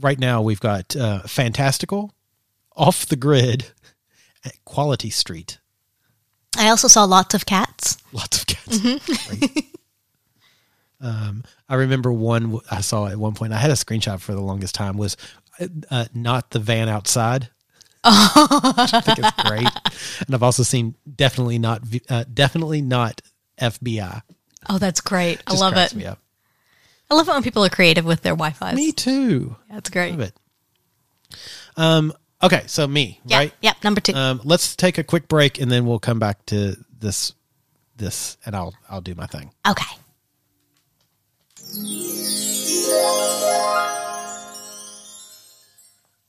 Speaker 4: right now we've got uh, fantastical, off the grid, at Quality Street.
Speaker 3: I also saw lots of cats.
Speaker 4: Lots of cats.
Speaker 3: Mm-hmm.
Speaker 4: Great. um, I remember one w- I saw at one point. I had a screenshot for the longest time. Was uh, uh, not the
Speaker 3: [laughs]
Speaker 4: van outside. Which I think it's great, and I've also seen definitely not V- uh, definitely not FBI.
Speaker 3: Oh, that's great. I
Speaker 4: Just
Speaker 3: love
Speaker 4: cracks
Speaker 3: it.
Speaker 4: Me, up.
Speaker 3: I love it when people are creative with their Wi-Fi's.
Speaker 4: me too.
Speaker 3: That's great.
Speaker 4: Love it. Um. Okay, so me
Speaker 3: Yeah.
Speaker 4: right.
Speaker 3: Yep. Number two.
Speaker 4: Um, let's take a quick break and then we'll come back to this this and I'll I'll do my thing.
Speaker 3: okay.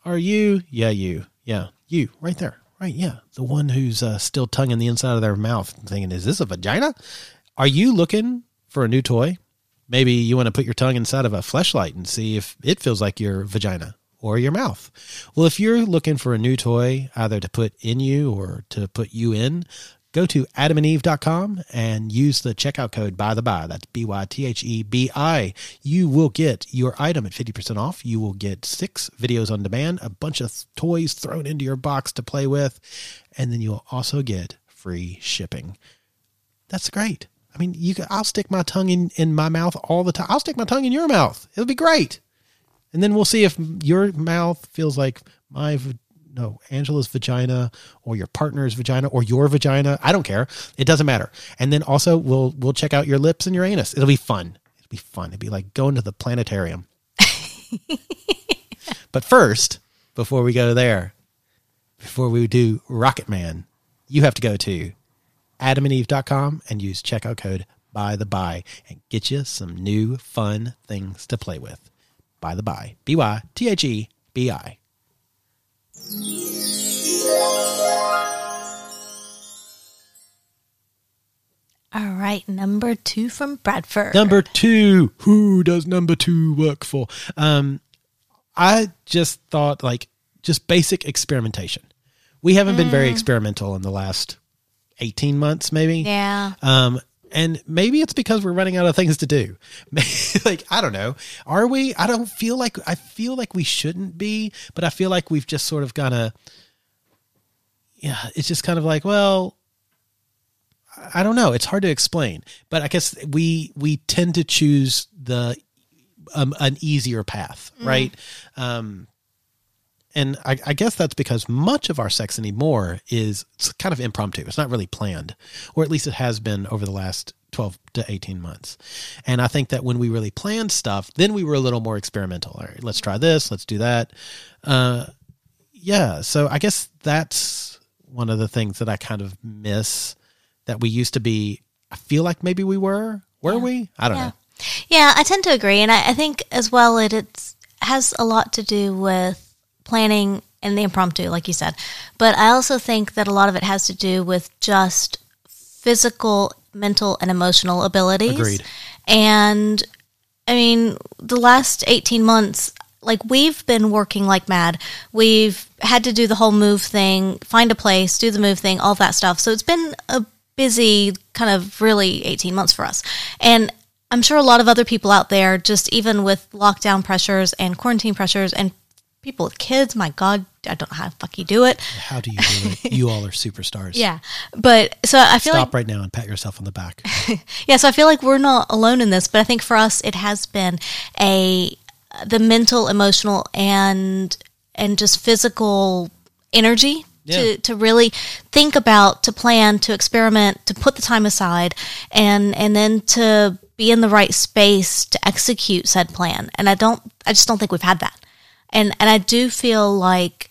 Speaker 4: Are you? Yeah, you. Yeah, you. Right there. Right. Yeah, the one who's uh, still tonguing the inside of their mouth, thinking, "Is this a vagina?" Are you looking for a new toy? Maybe you want to put your tongue inside of a fleshlight and see if it feels like your vagina or your mouth. Well, if you're looking for a new toy, either to put in you or to put you in, go to adamandeve.com and use the checkout code by the by. That's B Y T H E B I. You will get your item at 50% off. You will get six videos on demand, a bunch of toys thrown into your box to play with, and then you'll also get free shipping that's great. I mean, you could, I'll stick my tongue in, in my mouth all the time. I'll stick my tongue in your mouth. It'll be great. And then we'll see if your mouth feels like my, v- no, Angela's vagina or your partner's vagina or your vagina. I don't care. It doesn't matter. And then also we'll, we'll check out your lips and your anus. It'll be fun. It'll be fun. It'd be like going to the planetarium. but first, before we go there, before we do Rocket Man, you have to go to adamandeve.com and use checkout code by the by and get you some new fun things to play with. By the by, B Y T H E B I.
Speaker 3: All right. Number two from Bradford.
Speaker 4: Number two, who does number two work for? Um, I just thought like just basic experimentation. We haven't been very experimental in the last 18 months maybe.
Speaker 3: Yeah.
Speaker 4: Um, and maybe it's because we're running out of things to do. [laughs] like I don't know, are we? I don't feel like I feel like we shouldn't be, but I feel like we've just sort of got to. Yeah, it's just kind of like well, I- I don't know. It's hard to explain, but I guess we we tend to choose the um, an easier path, right? Um, and I, I guess that's because much of our sex anymore is it's kind of impromptu. It's not really planned, or at least it has been over the last 12 to 18 months. And I think that when we really planned stuff, then we were a little more experimental. All right, let's try this, let's do that. Uh, yeah, so I guess that's one of the things that I kind of miss that we used to be. I feel like maybe we were. Were we? I don't know.
Speaker 3: Yeah, I tend to agree, and I, I think as well it it's, has a lot to do with planning and the impromptu, like you said. But I also think that a lot of it has to do with just physical, mental, and emotional abilities.
Speaker 4: Agreed.
Speaker 3: And I mean, the last eighteen months. Like we've been working like mad. We've had to do the whole move thing, find a place, do the move thing, all that stuff. So it's been a busy kind of really 18 months for us. And I'm sure a lot of other people out there, just even with lockdown pressures and quarantine pressures and people with kids, my God, I don't know how the fuck you do it.
Speaker 4: How do you do it?
Speaker 3: [laughs]
Speaker 4: you all are superstars.
Speaker 3: Yeah. But so I feel
Speaker 4: Stop
Speaker 3: like,
Speaker 4: right now and pat yourself on the back.
Speaker 3: yeah, so I feel like we're not alone in this, but I think for us, it has been a, the mental, emotional, and, and just physical energy
Speaker 4: Yeah.
Speaker 3: to, to really think about, to plan, to experiment, to put the time aside, and and then to be in the right space to execute said plan. And I don't, I just don't think we've had that. And and I do feel like,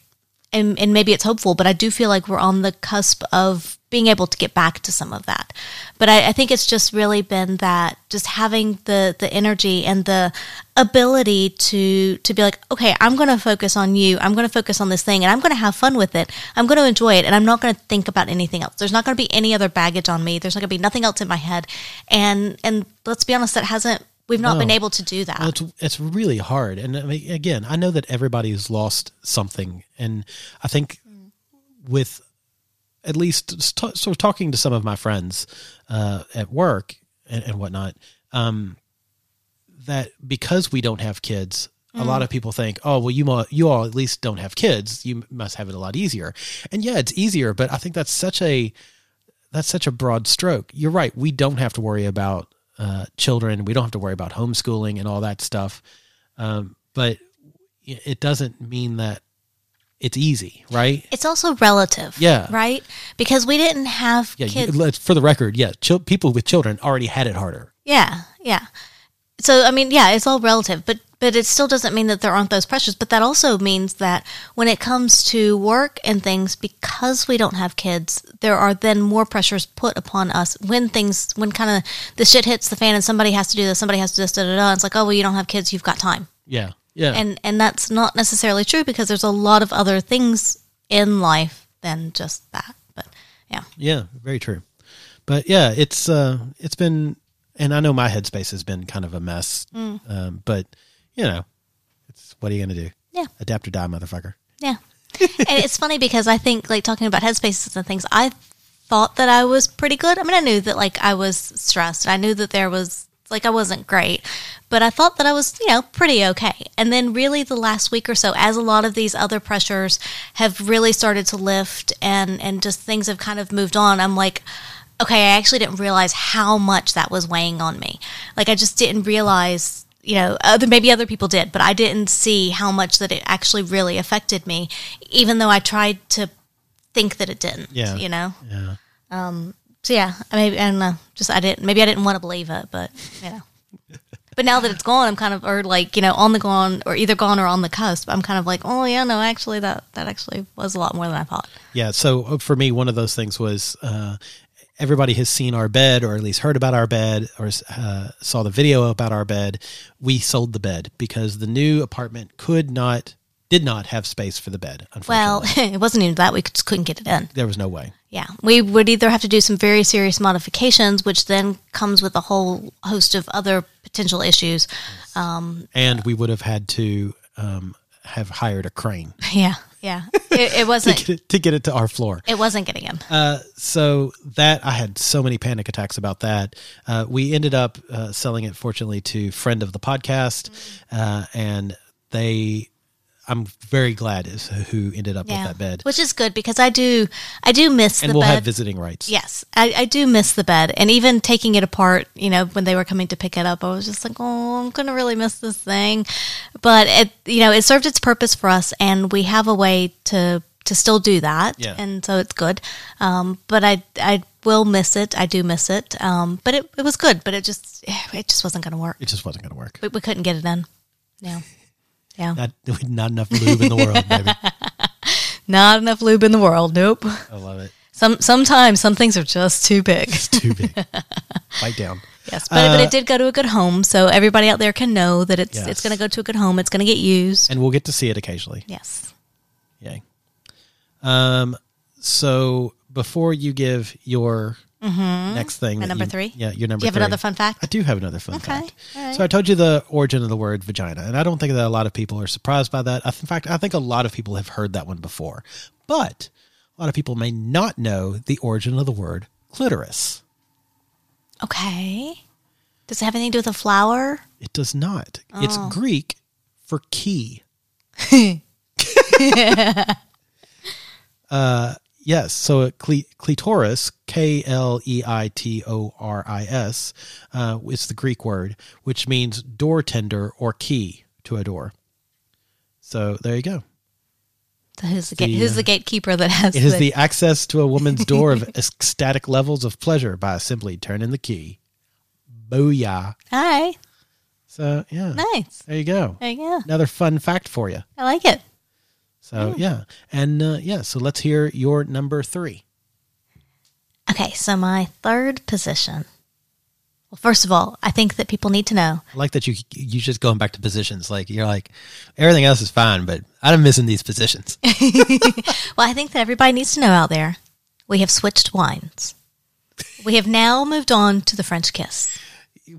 Speaker 3: and and maybe it's hopeful, but I do feel like we're on the cusp of being able to get back to some of that. But I, I think it's just really been that just having the the energy and the ability to to be like, okay, I'm going to focus on you. I'm going to focus on this thing, and I'm going to have fun with it. I'm going to enjoy it, and I'm not going to think about anything else. There's not going to be any other baggage on me. There's not going to be nothing else in my head. And and let's be honest, that hasn't. We've not
Speaker 4: No.
Speaker 3: been able to do that.
Speaker 4: Well, it's it's really hard, and I mean, again, I know that everybody's lost something, and I think with at least st- sort of talking to some of my friends uh, at work and, and whatnot, um, that because we don't have kids. A lot of people think, "Oh, well, you mo- you all at least don't have kids. You must have it a lot easier." And yeah, it's easier, but I think that's such a that's such a broad stroke. You're right. We don't have to worry about uh, children. We don't have to worry about homeschooling and all that stuff. Um, but it doesn't mean that it's easy, right?
Speaker 3: It's also relative.
Speaker 4: Yeah.
Speaker 3: Right? Because we didn't have
Speaker 4: Yeah. You,
Speaker 3: kids.
Speaker 4: let's- for the record, yeah, chil- people with children already had it harder.
Speaker 3: yeah. Yeah. So I mean, yeah, it's all relative, but but it still doesn't mean that there aren't those pressures, but that also means that when it comes to work and things because we don't have kids, there are then more pressures put upon us when things when kind of the shit hits the fan and somebody has to do this, somebody has to do this, da da da. It's like, "Oh, well, you don't have kids, you've got time."
Speaker 4: Yeah. Yeah.
Speaker 3: And and that's not necessarily true because there's a lot of other things in life than just that. But yeah.
Speaker 4: Yeah, very true. But yeah, it's uh, it's been, and I know my headspace has been kind of a mess.
Speaker 3: Mm.
Speaker 4: Um, but you know, it's what are you gonna do?
Speaker 3: Yeah.
Speaker 4: adapt or die, motherfucker.
Speaker 3: Yeah. and it's funny because I think, like, talking about headspaces and things, I thought that I was pretty good. I mean, I knew that, like, I was stressed. and I knew that there was, like, I wasn't great, but I thought that I was, you know, pretty okay. And then, really, the last week or so, as a lot of these other pressures have really started to lift and, and just things have kind of moved on, I'm like, okay, I actually didn't realize how much that was weighing on me. Like, I just didn't realize you know, other maybe other people did, but I didn't see how much that it actually really affected me, even though I tried to think that it didn't.
Speaker 4: Yeah.
Speaker 3: You know.
Speaker 4: Yeah.
Speaker 3: So yeah, I maybe I don't know. Just I didn't. Maybe I didn't want to believe it, but you know. but now that it's gone, I'm kind of or like you know on the gone or either gone or on the cusp. I'm kind of like, oh yeah, no, actually that that actually was a lot more than I thought.
Speaker 4: Yeah. So uh, for me, one of those things was uh, everybody has seen our bed, or at least heard about our bed, or uh, saw the video about our bed. We sold the bed because the new apartment could not, did not have space for the bed.
Speaker 3: Well, [laughs]
Speaker 4: Unfortunately,
Speaker 3: it wasn't even that we just couldn't get it in.
Speaker 4: there was no way.
Speaker 3: Yeah, we would either have to do some very serious modifications, which then comes with a whole host of other potential issues. [laughs]
Speaker 4: and we would have had to um, have hired a crane.
Speaker 3: Yeah, Yeah, it, it
Speaker 4: to [laughs]
Speaker 3: wasn't.
Speaker 4: get it, to get it to our floor.
Speaker 3: It wasn't getting him.
Speaker 4: Uh, so that I had so many panic attacks about that. Uh, we ended up uh, selling it, fortunately, to friend of the podcast,
Speaker 3: Mm.
Speaker 4: uh, and they. I'm very glad is who ended up
Speaker 3: yeah,
Speaker 4: with that bed,
Speaker 3: which is good because I do, I do miss
Speaker 4: and
Speaker 3: the
Speaker 4: we'll
Speaker 3: bed.
Speaker 4: have visiting rights.
Speaker 3: Yes, I, I do miss the bed, and even taking it apart. You know, when they were coming to pick it up, I was just like, "Oh, I'm gonna really miss this thing," but it, you know, it served its purpose for us, and we have a way to to still do that,
Speaker 4: Yeah.
Speaker 3: and so it's good. Um, but I I will miss it. I do miss it. Um, but it, it was good, but it just it just wasn't gonna work.
Speaker 4: it just wasn't going to work.
Speaker 3: We, we couldn't get it in. Yeah, yeah,
Speaker 4: Not [laughs] not enough lube in the
Speaker 3: [laughs]
Speaker 4: world. Baby.
Speaker 3: not enough lube in the world. Nope.
Speaker 4: I love it.
Speaker 3: Some sometimes some things are just too
Speaker 4: [laughs]
Speaker 3: big.
Speaker 4: It's too big. Bite down.
Speaker 3: Yes, but,
Speaker 4: Uh,
Speaker 3: but it did go to a good home, so everybody out there can know that it's
Speaker 4: Yes.
Speaker 3: it's going to go to a good home. It's going to get used.
Speaker 4: And we'll get to see it occasionally.
Speaker 3: yes.
Speaker 4: Yay. Um, so before you give your next
Speaker 3: Mm-hmm.
Speaker 4: thing,
Speaker 3: My
Speaker 4: that
Speaker 3: number
Speaker 4: you-
Speaker 3: three?
Speaker 4: yeah, your number.
Speaker 3: Do you have
Speaker 4: three.
Speaker 3: another fun fact?
Speaker 4: I do have another fun
Speaker 3: Okay,
Speaker 4: fact.
Speaker 3: all right.
Speaker 4: So I told you the origin of the word vagina, and I don't think that a lot of people are surprised by that. I th- in fact, I think a lot of people have heard that one before, but a lot of people may not know the origin of the word clitoris.
Speaker 3: Okay. Does it have anything to do with a flower?
Speaker 4: It does not. It's Greek for key. uh, yes. So a cle- clitoris, K L E I T O R I S, uh, it's the Greek word, which means door tender or key to a door. So there you go.
Speaker 3: So who's the, gate,
Speaker 4: The,
Speaker 3: who's
Speaker 4: uh,
Speaker 3: the gatekeeper that has
Speaker 4: It is the access to a woman's door of ecstatic levels of pleasure by simply turning the key. Booyah.
Speaker 3: All
Speaker 4: [laughs]
Speaker 3: right.
Speaker 4: So, yeah.
Speaker 3: Nice.
Speaker 4: There you go.
Speaker 3: There you go.
Speaker 4: Another fun fact for you.
Speaker 3: I like it.
Speaker 4: So yeah, and uh, yeah, so let's hear your number three.
Speaker 3: Okay, so my third position. Well, first of all, I think that people need to know
Speaker 4: I like that you you just going back to positions. Like you're like everything else is fine, but I'm missing
Speaker 3: [laughs]
Speaker 4: these positions.
Speaker 3: Well, I think that everybody needs to know out there we have switched wines. We have now moved on to the French kiss.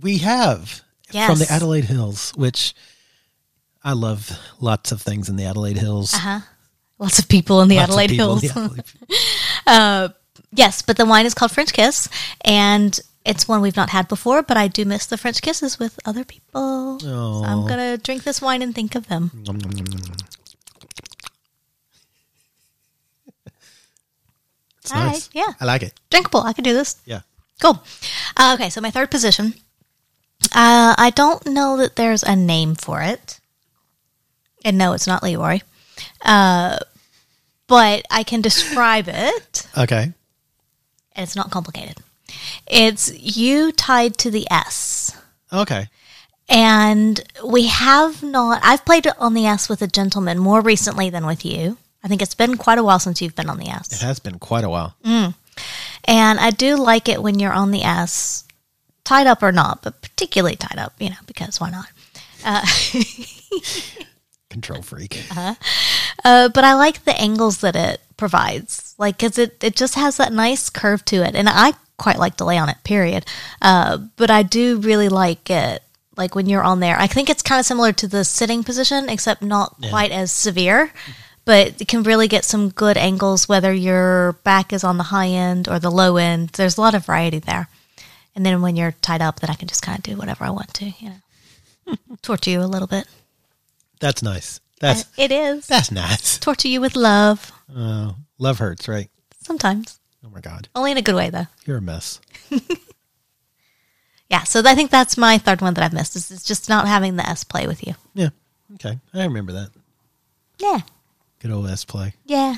Speaker 4: we have
Speaker 3: Yes.
Speaker 4: from the Adelaide Hills, which I love lots of things in the Adelaide Hills.
Speaker 3: Lots of people in Uh-huh. the
Speaker 4: Lots of
Speaker 3: Adelaide
Speaker 4: people in
Speaker 3: Hills.
Speaker 4: the Adelaide-
Speaker 3: [laughs] yes, but the wine is called French kiss, and it's one we've not had before, but I do miss the French kisses with other people. So I'm going to drink this wine and think of them.
Speaker 4: It's
Speaker 3: All right,
Speaker 4: nice.
Speaker 3: yeah.
Speaker 4: I like it.
Speaker 3: Drinkable. I can do this.
Speaker 4: Yeah,
Speaker 3: Cool. Uh, okay, so my third position. Uh, I don't know that there's a name for it. And no, it's not Leroy. Uh, but I can describe it,
Speaker 4: okay.
Speaker 3: and it's not complicated. It's you tied to the S.
Speaker 4: Okay.
Speaker 3: And we have not, I've played it on the S with a gentleman more recently than with you. I think it's been quite a while since you've been on the S.
Speaker 4: It has been quite a while.
Speaker 3: Mm. And I do like it when you're on the S, tied up or not, but particularly tied up, you know, because why not?
Speaker 4: Control freak.
Speaker 3: Uh-huh. Uh, but I like the angles that it provides, like because it it just has that nice curve to it, and I quite like delay on it. Period. Uh, but I do really like it, like when you're on there. I think it's kind of similar to the sitting position, except not quite as severe. But it can really get some good angles, whether your back is on the high end or the low end. There's a lot of variety there. And then when you're tied up, then I can just kind of do whatever I want to, you know,
Speaker 4: [laughs]
Speaker 3: torture you a little bit.
Speaker 4: That's nice. That's
Speaker 3: It is
Speaker 4: that's nice. [laughs]
Speaker 3: torture you with love
Speaker 4: Oh, love hurts, right?
Speaker 3: sometimes.
Speaker 4: Oh my god,
Speaker 3: Only in a good way, though.
Speaker 4: you're a mess.
Speaker 3: Yeah, so I think that's my third one that I've missed. Is, is just not having the S play with you.
Speaker 4: Yeah. Okay. I remember that.
Speaker 3: Yeah,
Speaker 4: Good old S play.
Speaker 3: yeah.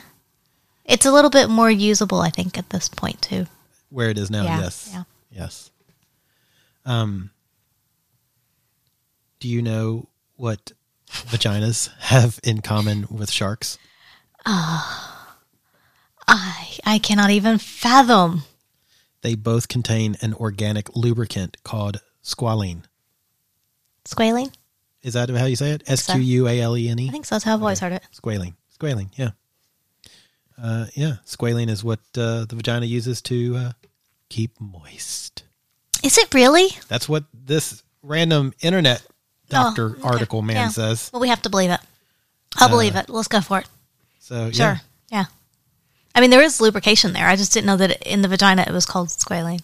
Speaker 3: It's a little bit more usable, I think, at this point too.
Speaker 4: Where it is now,
Speaker 3: Yeah,
Speaker 4: yes.
Speaker 3: yeah.
Speaker 4: Yes. Um Do you know what vaginas have in common with sharks?
Speaker 3: I I cannot even fathom.
Speaker 4: They both contain an organic lubricant called squalene.
Speaker 3: Squaling?
Speaker 4: Is that how you say it? S
Speaker 3: so.
Speaker 4: Q U A L E N E?
Speaker 3: I think so. That's how I've always heard it.
Speaker 4: Squalene. Squalene, yeah. Uh, yeah, squalene is what uh, the vagina uses to uh, keep moist.
Speaker 3: Is it really?
Speaker 4: That's what this random internet doctor
Speaker 3: Oh, okay.
Speaker 4: article man
Speaker 3: Yeah.
Speaker 4: says.
Speaker 3: Well, we have to believe it. I'll believe it. Let's go for it.
Speaker 4: So Uh, yeah.
Speaker 3: Sure. Yeah. I mean, there is lubrication there. I just didn't know that in the vagina it was called squalene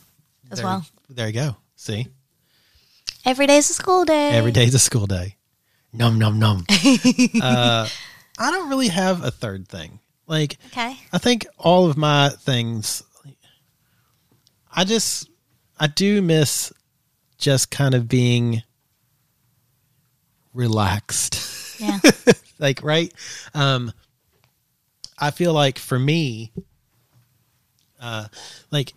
Speaker 3: as
Speaker 4: There-
Speaker 3: well.
Speaker 4: There you go. See,
Speaker 3: Every day's a school day.
Speaker 4: every day's a school day. Num num
Speaker 3: [laughs]
Speaker 4: num. uh, I don't really have a third thing. Like,
Speaker 3: Okay.
Speaker 4: I think all of my things. I just, I do miss just kind of being relaxed. [laughs]
Speaker 3: Yeah.
Speaker 4: like right um i feel like for me uh like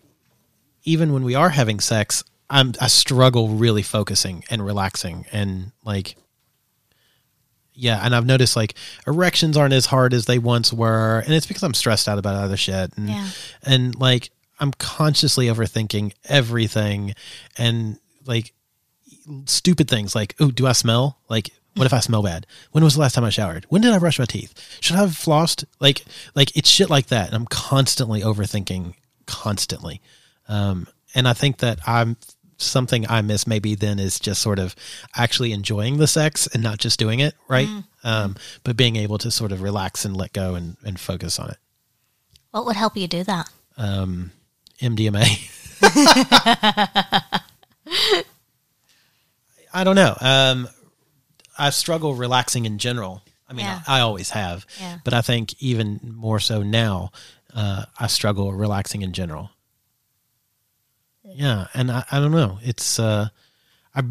Speaker 4: even when we are having sex i'm i struggle really focusing and relaxing and like yeah and i've noticed like erections aren't as hard as they once were and it's because i'm stressed out about other shit and
Speaker 3: Yeah.
Speaker 4: and like i'm consciously overthinking everything and like stupid things like, oh, do I smell? Like, what if I smell bad? When was the last time I showered? When did I brush my teeth? Should I have flossed? Like, like it's shit like that. And I'm constantly overthinking, constantly. Um, and I think that I'm something I miss maybe then is just sort of actually enjoying the sex and not just doing it, right? Um, but being able to sort of relax and let go and, and focus on it.
Speaker 3: What would help you do that?
Speaker 4: um, MDMA. [laughs] I don't know. Um, I struggle relaxing in general. I mean,
Speaker 3: Yeah.
Speaker 4: I, I always have,
Speaker 3: Yeah.
Speaker 4: but I think even more so now, uh, I struggle relaxing in general. Yeah, and I, I don't know. It's uh, I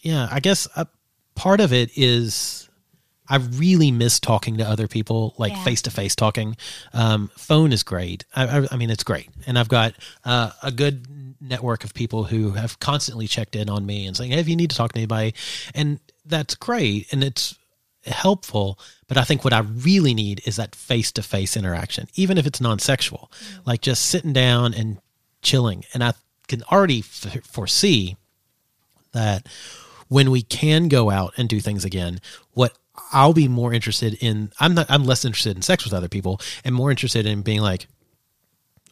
Speaker 4: yeah, I guess uh part of it is I really miss talking to other people, like
Speaker 3: Yeah.
Speaker 4: face to face talking. Um, phone is great. I, I, I mean, it's great, and I've got uh, a good network of people who have constantly checked in on me and saying, "Hey, if you need to talk to anybody," and that's great, and it's helpful. But I think what I really need is that face to face interaction, even if it's non sexual, like just sitting down and chilling. And I can already f- foresee that when we can go out and do things again, what I'll be more interested in, I'm not, I'm less interested in sex with other people and more interested in being like,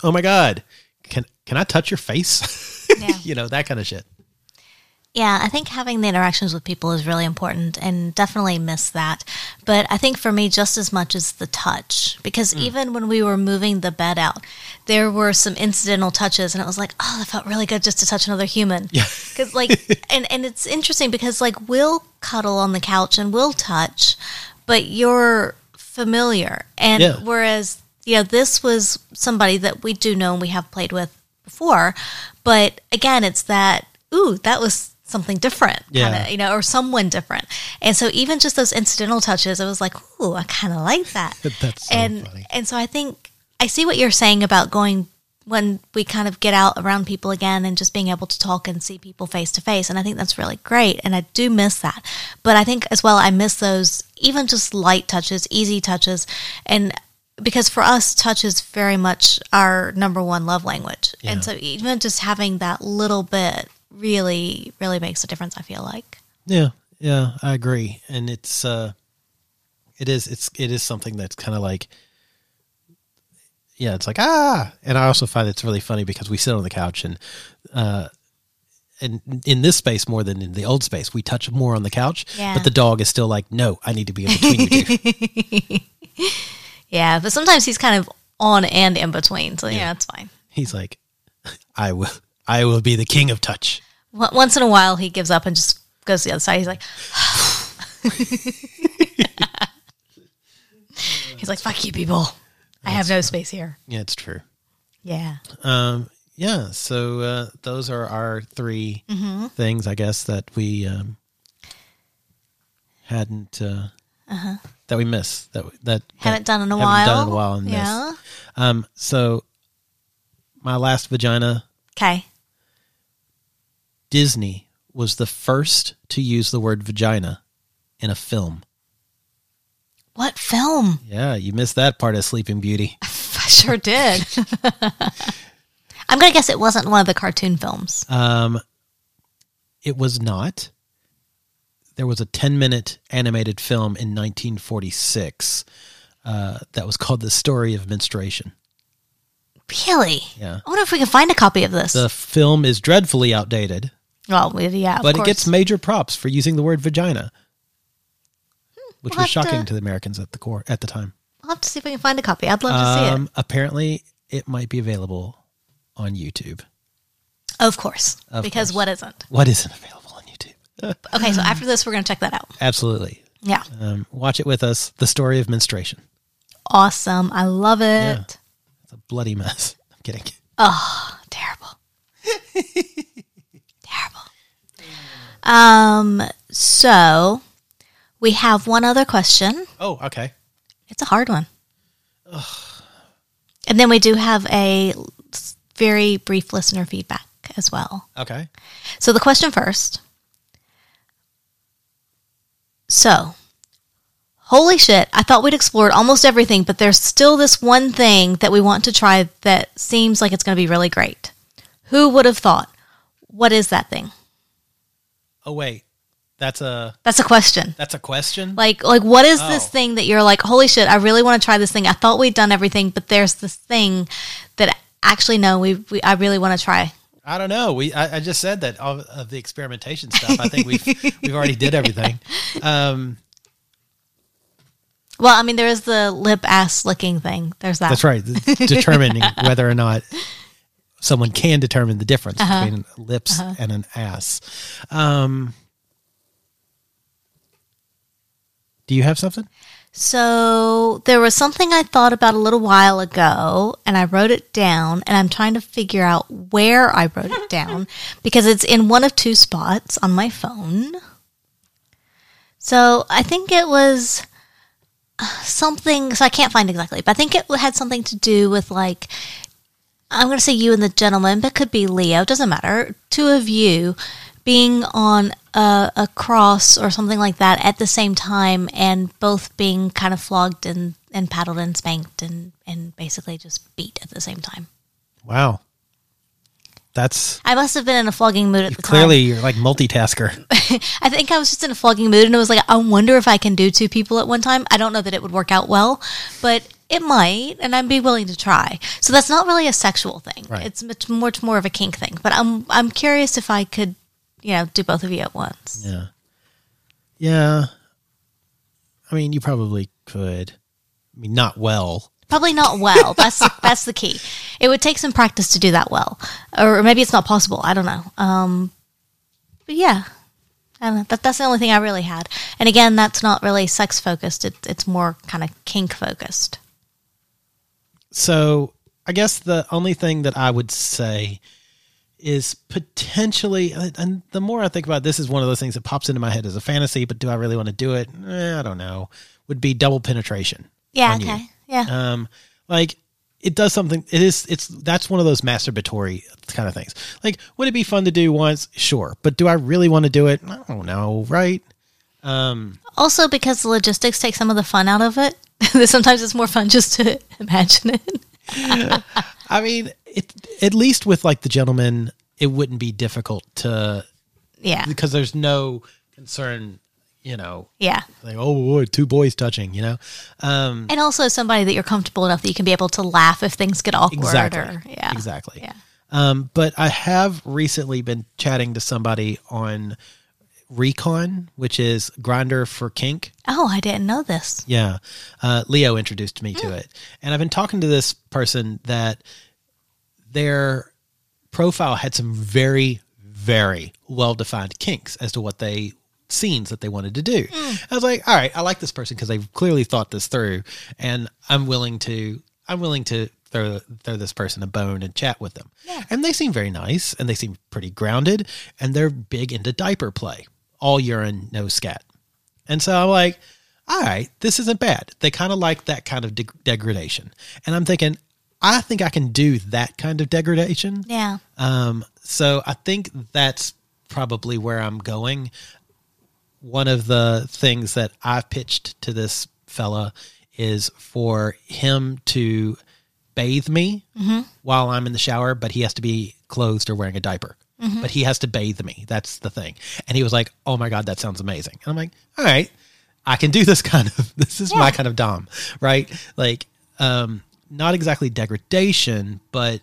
Speaker 4: oh my God, can, can I touch your face? [laughs]
Speaker 3: Yeah.
Speaker 4: you know, that kind of shit.
Speaker 3: Yeah, I think having the interactions with people is really important and definitely miss that. But I think for me, just as much as the touch, because even when we were moving the bed out, there were some incidental touches, and it was like, oh, that felt really good just to touch another human. Yeah. Because,
Speaker 4: [laughs]
Speaker 3: like, and, and it's interesting because, like, we'll cuddle on the couch and we'll touch, but you're familiar. And
Speaker 4: Yeah.
Speaker 3: whereas, you know, this was somebody that we do know and we have played with before. But again, it's that, ooh, that was something different,
Speaker 4: Yeah.
Speaker 3: kind of, you know, or someone different. And so even just those incidental touches, I was like, ooh, I kind of like
Speaker 4: [laughs]
Speaker 3: that.
Speaker 4: That's so
Speaker 3: and
Speaker 4: funny.
Speaker 3: and so I think I see what you're saying about going when we kind of get out around people again and just being able to talk and see people face to face. And I think that's really great. And I do miss that. But I think as well, I miss those even just light touches, easy touches. And because for us, touch is very much our number one love language. And so even just having that little bit really, really makes a difference, I feel like.
Speaker 4: Yeah, yeah, I agree, and it's uh, it is it's it is something that's kind of like, yeah, it's like ah, and I also find it's really funny because we sit on the couch and uh, and in this space more than in the old space, we touch more on the couch,
Speaker 3: Yeah.
Speaker 4: but the dog is still like, no, I need to be in between you two.
Speaker 3: Yeah. But sometimes he's kind of on and in between. So, yeah, it's fine.
Speaker 4: He's like, I will, I will be the king of touch.
Speaker 3: Wa- Once in a while, he gives up and just goes to the other side. He's like, [sighs] he's like, fuck you people. I have no space here.
Speaker 4: Yeah, it's true.
Speaker 3: Yeah.
Speaker 4: Um, yeah, so uh, those are our 3
Speaker 3: Mm-hmm.
Speaker 4: things, I guess, that we um, hadn't uh, that we missed that that
Speaker 3: Uh-huh. Haven't
Speaker 4: that
Speaker 3: done in a
Speaker 4: haven't
Speaker 3: while.
Speaker 4: done in a while and missed.
Speaker 3: yeah.
Speaker 4: Um, so my last vagina,
Speaker 3: Okay.
Speaker 4: Disney was the first to use the word vagina in a film.
Speaker 3: What film? [laughs]
Speaker 4: Yeah, you missed that part of Sleeping Beauty.
Speaker 3: I sure did. [laughs] I'm going to guess it wasn't one of the cartoon films.
Speaker 4: Um, it was not. There was a 10 minute animated film in 1946 uh, that was called The Story of Menstruation.
Speaker 3: really?
Speaker 4: Yeah.
Speaker 3: I wonder if we can find a copy of this.
Speaker 4: The film is dreadfully outdated,
Speaker 3: well, we- yeah. of
Speaker 4: but it
Speaker 3: course.
Speaker 4: gets major props for using the word vagina, which
Speaker 3: We'll
Speaker 4: was
Speaker 3: have
Speaker 4: shocking
Speaker 3: to-
Speaker 4: to the Americans at the core at the time.
Speaker 3: We'll I'll have to see if I can find a copy. I'd love to
Speaker 4: Um,
Speaker 3: see it.
Speaker 4: Apparently, it might be available on YouTube.
Speaker 3: Of course.
Speaker 4: of
Speaker 3: because
Speaker 4: course.
Speaker 3: what isn't?
Speaker 4: What isn't available on YouTube?
Speaker 3: Okay,
Speaker 4: [sighs]
Speaker 3: so after this, we're going to check that out.
Speaker 4: Absolutely.
Speaker 3: Yeah.
Speaker 4: Um, watch it with us. The story of menstruation.
Speaker 3: Awesome. I love it.
Speaker 4: It's a bloody mess. [laughs] I'm kidding.
Speaker 3: Oh, Terrible. [laughs] Terrible. Um, so we have one other question.
Speaker 4: Oh, okay.
Speaker 3: It's a hard one. And then we do have a l- s- very brief listener feedback as well.
Speaker 4: Okay.
Speaker 3: So the question first. So, holy shit, I thought we'd explored almost everything, but there's still this one thing that we want to try that seems like it's going to be really great. Who would have thought? What is that thing?
Speaker 4: Oh wait, that's a
Speaker 3: That's a question.
Speaker 4: that's a question.
Speaker 3: Like like what is this
Speaker 4: Oh.
Speaker 3: thing that you're like, holy shit, I really want to try this thing. I thought we'd done everything, but there's this thing that actually no, we, we I really want to try.
Speaker 4: I don't know. We I, I just said that of, of the experimentation stuff. I
Speaker 3: [laughs]
Speaker 4: think we've we've already did everything. Um,
Speaker 3: Well, I mean there is the lip ass licking thing. There's that.
Speaker 4: that's right. Determining whether or not someone can determine the difference
Speaker 3: Uh-huh.
Speaker 4: between lips and an ass. Um, do you have something?
Speaker 3: So there was something I thought about a little while ago and I wrote it down and I'm trying to figure out where I wrote it down because it's in one of two spots on my phone. So I think it was uh, something so I can't find exactly, but I think it had something to do with like I'm going to say you and the gentleman, but could be Leo, doesn't matter. Two of you being on a, a cross or something like that at the same time and both being kind of flogged and, and paddled and spanked and, and basically just beat at the same time.
Speaker 4: Wow, that's
Speaker 3: I must have been in a flogging mood at the
Speaker 4: clearly
Speaker 3: time.
Speaker 4: you're like multitasker.
Speaker 3: [laughs] I think I was just in a flogging mood and it was like, I wonder if I can do two people at one time. I don't know that it would work out well, but it might, and I'd be willing to try. So that's not really a sexual thing.
Speaker 4: Right.
Speaker 3: It's much more, more of a kink thing. But I'm I'm curious if I could, you know, do both of you at once.
Speaker 4: Yeah. Yeah. I mean, you probably could. I mean, not well.
Speaker 3: Probably not well. That's that's the key. It would take some practice to do that well, or maybe it's not possible. I don't know. Um, but yeah, I don't know. That, that's the only thing I really had. And again, that's not really sex focused. It, it's more kind of kink focused.
Speaker 4: So I guess the only thing that I would say is potentially, uh, and the more I think about it, this, is one of those things that pops into my head as a fantasy, but do I really want to do it? Eh, I don't know. Would be double penetration.
Speaker 3: Yeah.
Speaker 4: on you.
Speaker 3: Okay. Yeah.
Speaker 4: um like it does something it is it's that's one of those masturbatory kind of things like would it be fun to do once sure but do i really want to do it i don't know right
Speaker 3: also, because the logistics take some of the fun out of it. [laughs] Sometimes it's more fun just to [laughs] imagine it.
Speaker 4: i mean it at least with like the gentleman it wouldn't be difficult to
Speaker 3: Yeah.
Speaker 4: because there's no concern you know
Speaker 3: Yeah.
Speaker 4: like oh boy, two boys touching you know um
Speaker 3: And also somebody that you're comfortable enough that you can be able to laugh if things get awkward.
Speaker 4: exactly
Speaker 3: Or, yeah.
Speaker 4: exactly
Speaker 3: Yeah.
Speaker 4: Um, but I have recently been chatting to somebody on Recon, which is Grinder for Kink.
Speaker 3: Oh, I didn't know this.
Speaker 4: Yeah. Uh, Leo introduced me to it. And I've been talking to this person that their profile had some very, very well defined kinks as to what they scenes that they wanted to do. I was like, all right, I like this person because they've clearly thought this through and I'm willing to I'm willing to throw throw this person a bone and chat with them. And they seem very nice and they seem pretty grounded and they're big into diaper play. All urine, no scat. And so I'm like, all right, this isn't bad. They kind of like that kind of deg- degradation. And I'm thinking, I think I can do that kind of degradation.
Speaker 3: Yeah.
Speaker 4: Um, so I think that's probably where I'm going. One of the things that I've pitched to this fella is for him to bathe me while I'm in the shower, but he has to be clothed or wearing a diaper. But he has to bathe me. That's the thing. And he was like, "Oh my god, that sounds amazing." And I'm like, "All right, I can do this [laughs] kind of. This is my kind of dom, right? Like, um, not exactly degradation, but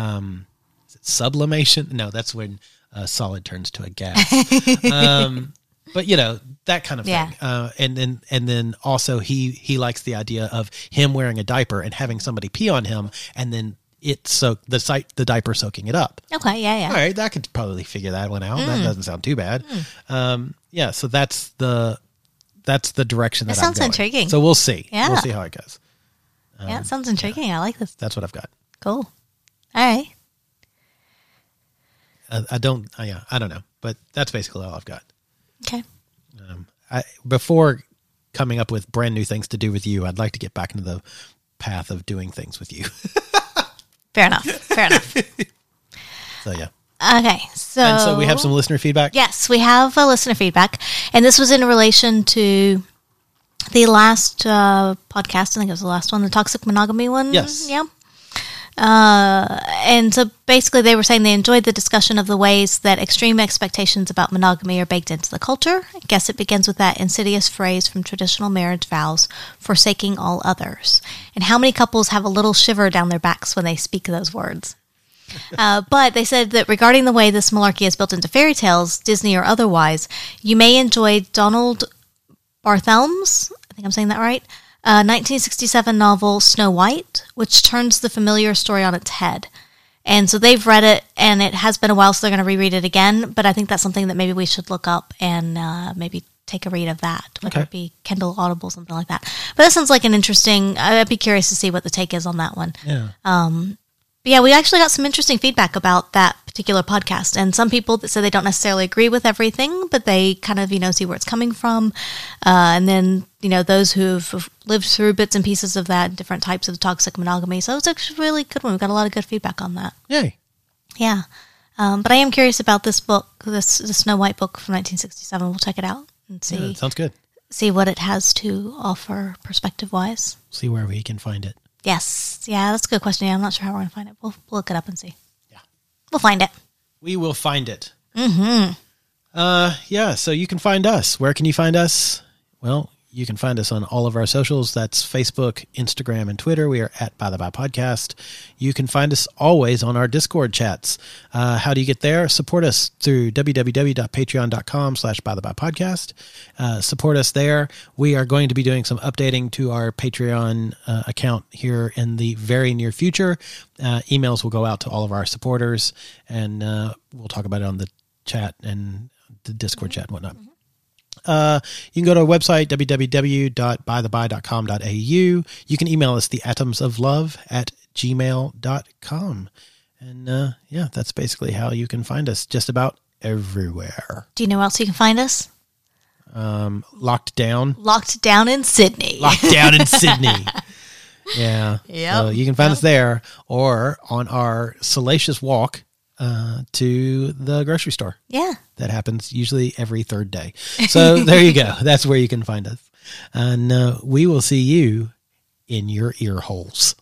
Speaker 3: [laughs]
Speaker 4: sublimation. No, that's when uh, solid turns to a gas. um, but you know that kind of
Speaker 3: Yeah.
Speaker 4: thing. Uh, and then and then also he he likes the idea of him wearing a diaper and having somebody pee on him, and then it so the site the diaper soaking it up.
Speaker 3: Okay, yeah, yeah. Hmm.
Speaker 4: All right, that could probably figure that one out. That doesn't sound too bad. Um, yeah, so that's the that's the direction that,
Speaker 3: That
Speaker 4: I'm
Speaker 3: sounds
Speaker 4: going.
Speaker 3: intriguing.
Speaker 4: So we'll see.
Speaker 3: Yeah.
Speaker 4: we'll see how it goes. Uh,
Speaker 3: yeah, it sounds intriguing. I like this.
Speaker 4: That's what I've got.
Speaker 3: Cool. All right.
Speaker 4: I, Uh, I don't. I, yeah, I don't know, but that's basically all I've got.
Speaker 3: Okay.
Speaker 4: I, before coming up with brand new things to do with you, I'd like to get back into the path of doing things with you. [laughs]
Speaker 3: Fair enough. Fair enough.
Speaker 4: so yeah,
Speaker 3: Okay. So
Speaker 4: and so we
Speaker 3: Oh.
Speaker 4: have some listener feedback.
Speaker 3: Yes, we have a listener feedback, and this was in relation to the last uh, podcast. I think it was the last one, the toxic monogamy one.
Speaker 4: Yes.
Speaker 3: Yeah. Uh, and so basically, they were saying they enjoyed the discussion of the ways that extreme expectations about monogamy are baked into the culture. I guess it begins with that insidious phrase from traditional marriage vows, forsaking all others. And how many couples have a little shiver down their backs when they speak those words? Uh, but they said that regarding the way this malarkey is built into fairy tales, Disney or otherwise, you may enjoy Donald Barthelme's, I think I'm saying that right, uh, 1967 novel Snow White, which turns the familiar story on its head. And so they've read it, and it has been a while, so they're going to reread it again. But I think that's something that maybe we should look up and uh, maybe take a read of that, whether it
Speaker 4: Okay.
Speaker 3: be Kindle Audible, something like that. But that sounds like an interesting. I'd be curious to see what the take is on that one.
Speaker 4: Yeah.
Speaker 3: But yeah, we actually got some interesting feedback about that particular podcast, and some people that said they don't necessarily agree with everything, but they kind of you know see where it's coming from, uh, and then you know those who've lived through bits and pieces of that, different types of toxic monogamy. So it's actually a really good one. We got a lot of good feedback on that.
Speaker 4: Yay.
Speaker 3: Yeah, um, but I am curious about this book, this the Snow White book from 1967. We'll check it out and
Speaker 4: Yeah,
Speaker 3: see
Speaker 4: that sounds good.
Speaker 3: see what it has to offer perspective wise.
Speaker 4: See where we can find it.
Speaker 3: Yes, yeah, that's a good question. Yeah, I'm not sure how we're gonna find it. We'll, we'll look it up and see. Yeah, we'll find it.
Speaker 4: We will find it. Mm-hmm. Uh, yeah. So you can find us. Where can you find us? Well, you can find us on all of our socials. That's Facebook, Instagram, and Twitter. We are at By the By Podcast. You can find us always on our Discord chats. Uh, how do you get there? Support us through www.patreon.com slash By the By Podcast. Uh, support us there. We are going to be doing some updating to our Patreon uh, account here in the very near future. Uh, emails will go out to all of our supporters, and uh, we'll talk about it on the chat and the Discord chat and whatnot. Uh, you can go to our website, www.bytheby.com.au. You can email us, the atoms of love at gmail.com. And uh, yeah, that's basically how you can find us just about everywhere.
Speaker 3: Do you know where else you can find us?
Speaker 4: Locked down,
Speaker 3: Locked down in Sydney. [laughs]
Speaker 4: locked down in Sydney. Yeah.
Speaker 3: Yep.
Speaker 4: So you can find us there or on our salacious walk uh, to the grocery store.
Speaker 3: yeah.
Speaker 4: That happens usually every third day. So there you go. That's where you can find us. And uh, we will see you in your ear holes.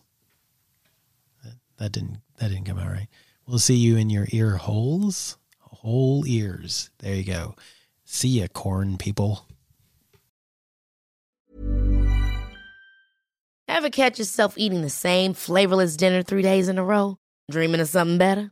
Speaker 4: That, that didn't that didn't come out right. We'll see you in your ear holes, whole ears. There you go. See ya, corn people.
Speaker 5: Ever catch yourself eating the same flavorless dinner three days in a row? Dreaming of something better?